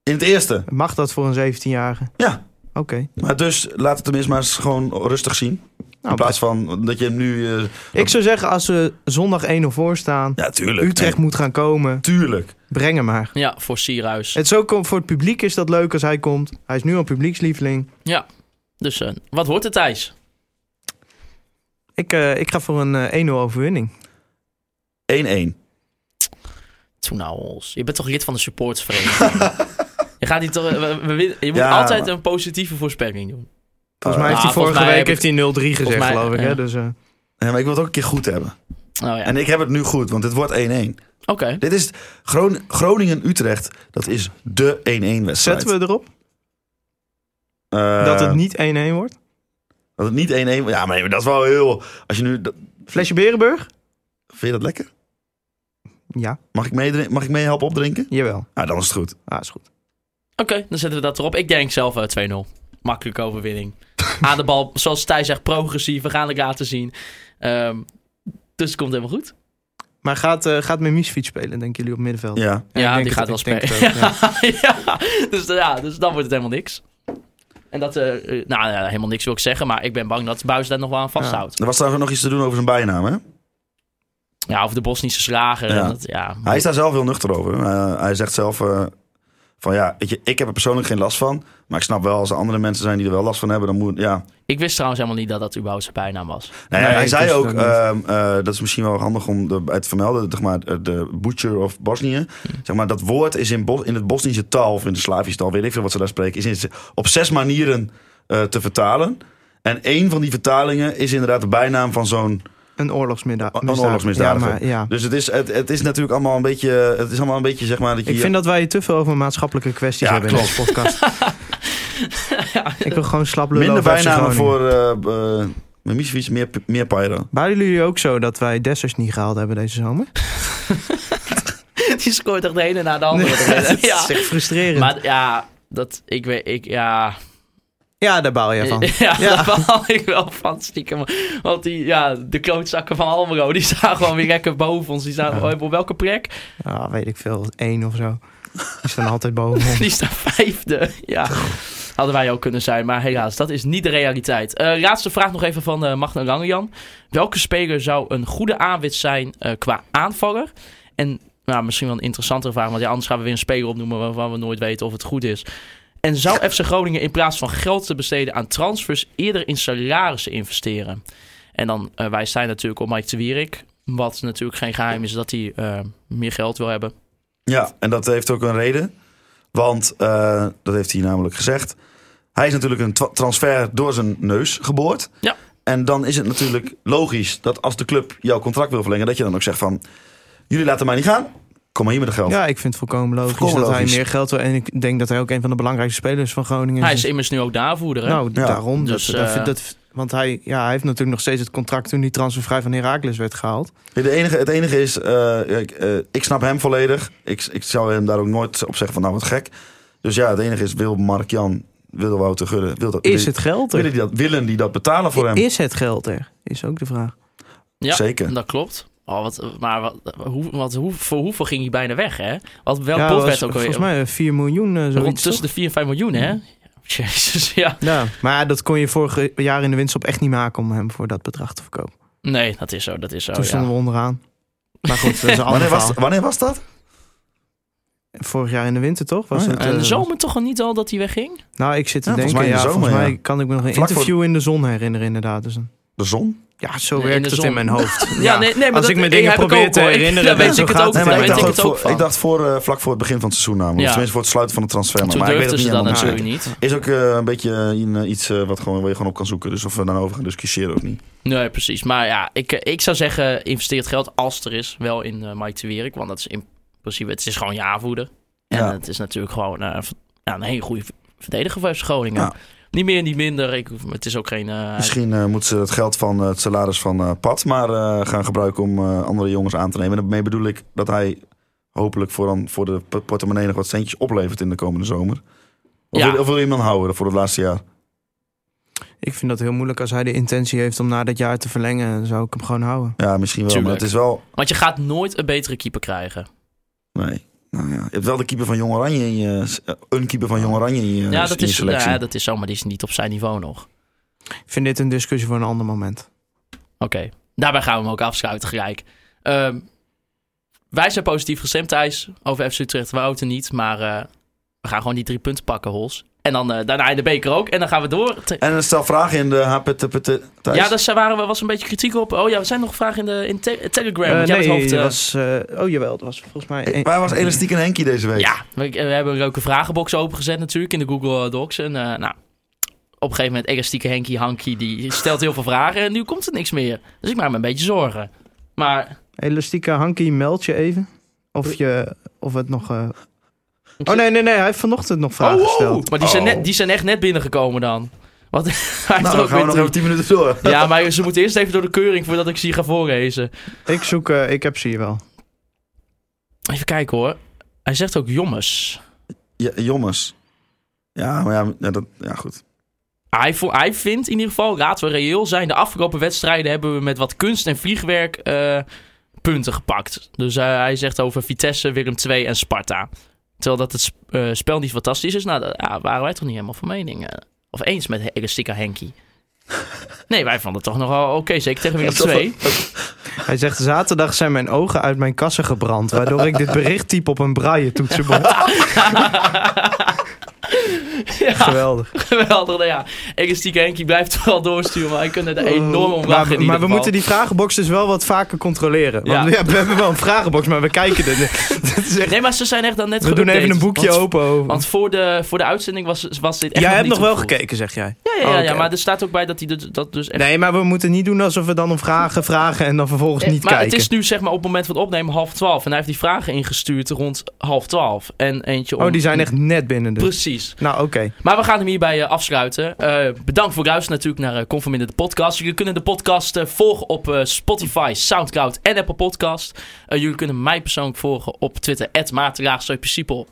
S6: In het eerste.
S5: mag dat voor een 17-jarige?
S6: Ja.
S5: Oké.
S6: Maar dus laat het tenminste maar eens gewoon rustig zien. In
S5: Nou,
S6: plaats van dat je hem nu... eh,
S5: ik zou zeggen, als we zondag 1-0 voor staan...
S6: ja, tuurlijk.
S5: Utrecht moet gaan komen,
S6: Nee, tuurlijk.
S5: breng hem maar.
S4: Ja, voor Sierhuis.
S5: Het is ook voor het publiek is dat leuk als hij komt. Hij is nu al publiekslieveling.
S4: Ja. Dus eh, wat wordt het, Thijs?
S5: Ik, eh, ik ga voor een eh, 1-0 overwinning.
S6: 1-1.
S4: Toen nou, Hols. Je bent toch lid van de supportsvereniging? je gaat niet toch... we- we win- je moet
S6: Ja,
S4: altijd
S6: maar-
S4: een positieve voorspelling doen.
S5: Volgens mij
S4: Eh,
S5: heeft hij
S4: nou, volgens
S5: vorige
S4: mij
S5: week heeft hij 0-3 gezegd,
S4: volgens mij,
S5: geloof ik.
S4: ja.
S5: Hè? Dus, eh,
S6: Ja, maar ik wil het ook een keer goed hebben.
S4: Nou ja,
S6: En ik heb het nu goed, want het wordt 1-1.
S4: oké.
S6: Dit is Gron- Groningen-Utrecht. Dat is de 1-1 wedstrijd.
S5: zetten we erop
S6: Eh,
S5: dat het niet 1-1 wordt?
S6: dat het niet 1-1... Ja, maar dat is wel heel... Als je nu... dat-
S5: Flesje Berenburg?
S6: Vind je dat lekker?
S5: Ja,
S6: Mag ik, meedrin- mag ik mee helpen opdrinken?
S5: jawel.
S6: Ah, dan is het goed.
S5: Ah, is goed.
S4: Oké, dan zetten we dat erop. Ik denk zelf eh, 2-0. Makkelijke overwinning. Aan de bal, zoals Thijs zegt, progressief. We gaan het laten zien. Ehm, dus het komt helemaal goed.
S5: Maar gaat, eh gaat Memisfiets spelen, denken jullie, op middenveld?
S6: Ja.
S5: ik
S4: Ja,
S5: denk
S4: die
S5: het-
S4: gaat wel
S5: ik denk
S4: spelen.
S5: het ook,
S4: ja, dus, ja, dus dan wordt het helemaal niks. En dat, eh, eh, nou ja, helemaal niks wil ik zeggen, maar ik ben bang dat Buis daar nog wel aan vasthoudt.
S6: Er was trouwens nog iets te doen over zijn bijnaam, hè?
S4: Ja, over de Bosnische slager. Ja.
S6: Ja.
S4: En dat, ja.
S6: Hij is daar zelf heel nuchter over. Eh, hij zegt zelf eh, van ja, weet je, ik heb er persoonlijk geen last van. Maar ik snap wel, als er andere mensen zijn die er wel last van hebben, dan moet... Ja.
S4: Ik wist trouwens helemaal niet dat dat überhaupt zijn bijnaam was.
S6: Nee,
S5: Nee,
S6: Nou hij
S5: ik
S6: zei
S5: wist het
S6: ook,
S5: ook niet.
S6: ehm, eh, dat is misschien wel handig om de, het te vermelden, zeg maar, eh, de butcher of Bosnië. Zeg maar, dat woord is in, Bos, in het Bosnische taal, of in de Slavische taal, weet ik veel wat ze daar spreken, is in, z- op zes manieren eh, te vertalen. En één van die vertalingen is inderdaad de bijnaam van zo'n
S5: Een oorlogsmisdaad.
S6: een oorlogsmisdadiger.
S5: Ja, maar, ja.
S6: Dus het is, het, het is natuurlijk allemaal een beetje, het is allemaal een beetje zeg maar dat je...
S5: Ik vind dat wij het te veel over maatschappelijke kwesties
S6: eh, Ja,
S5: hebben in
S6: klopt.
S5: deze podcast. Ik wil gewoon slap lullen
S6: Minder
S5: over FC
S6: bijnamen
S5: Groningen.
S6: voor eh eh Mimicevic, meer, meer Pyro.
S5: Waren jullie ook zo dat wij Dessers niet gehaald hebben deze zomer?
S4: Die scoort echt de ene na de andere.
S5: Dat
S4: ja.
S5: is echt frustrerend.
S4: Maar ja, dat, ik weet, ik, ja...
S5: ja, daar baal jij van.
S4: Ja,
S5: Ja.
S4: daar baal ik wel van stiekem. Want die, ja, de klootzakken van Almelo, die staan gewoon weer lekker boven ons. Die staan op welke plek?
S5: Ah, weet ik veel, één of zo. Die staan altijd boven ons.
S4: Die staan vijfde. Ja, hadden wij ook kunnen zijn. Maar helaas, dat is niet de realiteit. Eh, laatste vraag nog even van eh Magna Langejan. Welke speler zou een goede aanwit zijn eh, qua aanvaller? En nou, misschien wel een interessantere vraag. Want ja, anders gaan we weer een speler opnoemen waarvan we nooit weten of het goed is. En zou FC Groningen in plaats van geld te besteden aan transfers... eerder in salarissen investeren? En dan wij wijst hij natuurlijk op Mike de Wierik. Wat natuurlijk geen geheim is dat hij eh, meer geld wil hebben.
S6: Ja, en dat heeft ook een reden. Want, eh, dat heeft hij namelijk gezegd. Hij is natuurlijk een twa- transfer door zijn neus geboord.
S4: Ja.
S6: En dan is het natuurlijk logisch dat als de club jouw contract wil verlengen, dat je dan ook zegt van, jullie laten mij niet gaan, kom maar hier met de geld.
S5: Ja, ik vind het volkomen logisch
S6: Volkomen
S5: dat
S6: logisch.
S5: hij meer geld wil. En ik denk dat hij ook een van de belangrijkste spelers van Groningen
S4: Hij is immers nu ook de aanvoerder. Hè?
S5: Mhm. Nou,
S6: Ja.
S5: daarom.
S4: Dus,
S5: dat, dat-
S4: eh,
S5: dat- want hij, ja, hij heeft natuurlijk nog steeds het contract toen die transfervrij van Heracles werd gehaald.
S6: De enige, het enige is, eh, ik, eh, ik snap hem volledig. Ik, ik zou hem daar ook nooit op zeggen van, nou wat gek. Dus ja, het enige is, wil Mark-Jan, wil Wouter Gudde, wil dat,
S5: Is
S6: wil-
S5: het geld
S6: willen,
S5: er?
S6: die dat, willen die dat betalen voor hem?
S5: Is het geld er? Is ook de vraag.
S4: ja,
S6: zeker.
S4: Dat klopt. Oh, wat, maar wat, hoe, wat, hoe, voor hoeveel ging hij bijna weg, hè? Wat, welk
S5: ja,
S4: pot
S5: was
S4: werd ook alweer?
S5: volgens mij eh, 4 miljoen eh,
S4: Rond
S5: zoiets.
S4: tussen de 4 en 5 miljoen, hè? Jezus, ja.
S5: toch? Ja, maar ja, dat kon je vorig jaar in de winst op echt niet maken om hem voor dat bedrag te verkopen.
S4: Nee, dat is zo, dat is zo,
S5: toen stonden
S4: Oh, ja.
S5: we onderaan. Maar goed, dat is een ander
S6: Wanneer
S5: verhaal.
S6: was, wanneer was dat?
S5: Vorig jaar in de winter, toch? Was
S6: Oh ja.
S5: het,
S4: En
S5: eh,
S4: de zomer toch al niet al dat hij wegging?
S5: Nou, ik zit te
S6: Ja, volgens
S5: denken,
S6: mij in de
S5: ja,
S6: zomer,
S5: volgens mij
S6: ja.
S5: kan ik me nog een
S6: Vlak voor-
S5: interview in de zon herinneren inderdaad. Dus een-
S6: De zon?
S5: Ja, zo
S4: Nee, in
S5: werkt
S4: de
S5: het
S4: zon.
S5: in mijn hoofd.
S4: Ja, nee, nee, maar
S5: Als
S4: dat-
S5: ik me
S4: ik
S5: dingen
S4: heb ik
S5: probeer
S4: ook
S5: te
S4: hoor. Ik-
S5: herinneren,
S4: daar
S5: dan
S4: weet
S5: zo
S4: ik het
S5: gaat
S4: ook
S5: het.
S4: van.
S6: ik
S4: weet
S6: dacht,
S4: ik
S6: ook
S4: het ook
S6: voor,
S4: van.
S6: ik dacht voor, eh, vlak voor het begin van het seizoen namelijk.
S4: Ja.
S6: Of tenminste voor het sluiten van de transfermarkt.
S4: Toen
S6: Maar ik weet
S4: durfden
S6: het
S4: ze
S6: niet
S4: dat
S6: helemaal
S5: helemaal
S4: natuurlijk niet.
S6: Is ook eh, een beetje een, eh, iets eh, wat gewoon, waar je gewoon op kan zoeken. Dus of we dan over gaan discussiëren of niet.
S4: Nee, precies. Maar ja, ik, eh, ik zou zeggen, investeer het geld als het er is, wel in eh Mike de Wierik. Want dat is in principe, het is gewoon je aanvoerder. En
S6: Ja.
S4: het is natuurlijk gewoon eh, v- ja, een hele goede v- verdediger voor FC Groningen.
S6: Ja.
S4: Niet meer, niet minder. Ik, het is ook geen... eh,
S6: Misschien eh moeten ze het geld van eh, het salaris van eh, Pat maar eh, gaan gebruiken om eh, andere jongens aan te nemen. En daarmee bedoel ik dat hij hopelijk voor, dan, voor de p- portemonnee nog wat centjes oplevert in de komende zomer. Of,
S4: Ja.
S6: wil, of wil je hem dan houden voor het laatste jaar?
S5: Ik vind dat heel moeilijk als hij de intentie heeft om na dat jaar te verlengen. Dan zou ik hem gewoon houden.
S6: Ja, misschien wel. Maar
S4: Tuurlijk.
S6: het is wel...
S4: Want je gaat nooit een betere keeper krijgen.
S6: Nee. Nou ja, je hebt wel de keeper van Jong Oranje in je... eh, Een keeper van Jong Oranje in je,
S4: ja,
S6: in
S4: dat
S6: je
S4: is,
S6: selectie.
S4: ja, dat is zo, maar die is niet op zijn niveau nog.
S5: Ik vind dit een discussie voor een ander moment.
S4: Oké, daarbij gaan we hem ook afsluiten gelijk. Ehm, wij zijn positief gestemd, Thijs, over FC Utrecht. We houden niet, maar eh, we gaan gewoon die drie punten pakken, Hols. En dan eh, daarna in de beker ook. En dan gaan we door. Te-
S6: En stel vragen in de HPTPT.
S4: Ja, daar zijn- waren we was een beetje kritiek op. Oh ja, we zijn nog vragen in de in te- Telegram.
S5: Eh,
S4: want jij
S5: nee,
S4: hebt het hoofd,
S5: het
S4: eh,
S5: was, eh, oh jawel, het was volgens mij...
S6: Eh, Waar was Elastiek en Henkie deze week? Nou,
S4: Ja, we, we hebben ook een vragenbox opengezet natuurlijk in de Google Docs. En eh, nou, op een gegeven moment, elastieke Henkie Hankie, die stelt heel veel vragen. En nu komt er niks meer. Dus ik maak me een beetje zorgen. Maar,
S5: Elastieke Hanky, meld je even. Of, je, of het nog... eh, Oh nee, nee, nee, hij heeft vanochtend nog vragen gesteld.
S4: maar die, zijn
S6: Oh.
S4: net, die zijn echt net binnengekomen dan. Wat, hij heeft
S6: Nou,
S4: er ook
S6: dan gaan we
S4: weer
S6: nog
S4: drie.
S6: even 10 minuten door.
S4: Ja, maar ze moeten eerst even door de keuring voordat ik ze hier ga voorlezen.
S5: Ik zoek, eh, ik heb ze hier wel.
S4: Even kijken hoor. Hij zegt ook jongens.
S6: Ja, jongens. Ja, maar ja, ja, dat, ja goed.
S4: Hij, vo- hij vindt in ieder geval, laten we reëel zijn, de afgelopen wedstrijden hebben we met wat kunst en vliegwerk eh, punten gepakt. Dus eh, hij zegt over Vitesse, Willem II en Sparta. Terwijl dat het sp- eh, spel niet fantastisch is, nou, daar waren wij toch niet helemaal van mening. eh, of eens met Elastica Henkie. Nee, wij vonden het toch nog wel oké, zeker tegen Willem II.
S5: Hij zegt, zaterdag zijn mijn ogen uit mijn kassen gebrand... waardoor ik dit bericht typ op een braille toetsenbord.
S4: ja,
S5: Geweldig.
S4: geweldig. Nou ja, Elastica Henkie blijft het wel doorsturen, maar hij kunnen er enorm om lachen
S5: maar
S4: in ieder
S5: maar we
S4: geval.
S5: moeten die vragenbox dus wel wat vaker controleren. Want
S4: Ja.
S5: ja. we hebben wel een vragenbox, maar we kijken er... Dat is echt,
S4: Nee, maar ze zijn echt dan net
S5: we doen even
S4: geüpdate,
S5: een boekje
S4: want-
S5: open. over.
S4: Want voor de, voor de uitzending was, was dit echt
S5: Hm. Jij hebt
S4: niet
S5: nog wel
S4: toegevoegd.
S5: gekeken, zeg jij.
S4: Ja, ja, ja,
S5: Oh, oké.
S4: ja, maar dus- er staat ook bij dat hij dat- dat dus echt...
S5: Nee, maar we moeten niet doen alsof we dan om vragen vragen en dan vervolgens niet
S4: Eh, maar
S5: kijken.
S4: het is nu zeg maar op het moment van het opnemen half twaalf. En hij heeft die vragen ingestuurd rond half twaalf. En eentje om...
S5: Oh, die zijn echt net binnen dus.
S4: Precies.
S5: Nou, oké.
S4: Maar we gaan hem hierbij eh, afsluiten. Eh, bedankt voor het luisteren natuurlijk naar eh, Conform in de podcast. Jullie kunnen de podcast eh, volgen op eh, Spotify, Soundcloud en Apple Podcast. Eh, jullie kunnen mij persoonlijk volgen op Twitter. At Maarten-Siepel,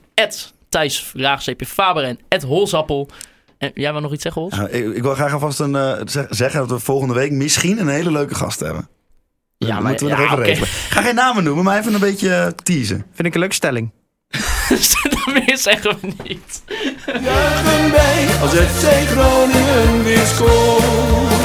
S4: Thijs-Faber en Holzappel. En jij wil nog iets zeggen, Hols?
S6: Ja, ik, ik wil graag alvast een, eh, zeg- zeggen dat we volgende week misschien een hele leuke gast hebben.
S4: Ja,
S6: Dat
S4: maar-
S6: moeten we nog
S4: ja,
S6: even
S4: oké.
S6: regelen. Ik ga geen namen noemen, maar even een beetje eh, teasen.
S5: Vind ik een leuke stelling.
S4: Dat meer zeggen we niet.
S1: Juichen wij als het FC Groningen weer scoort.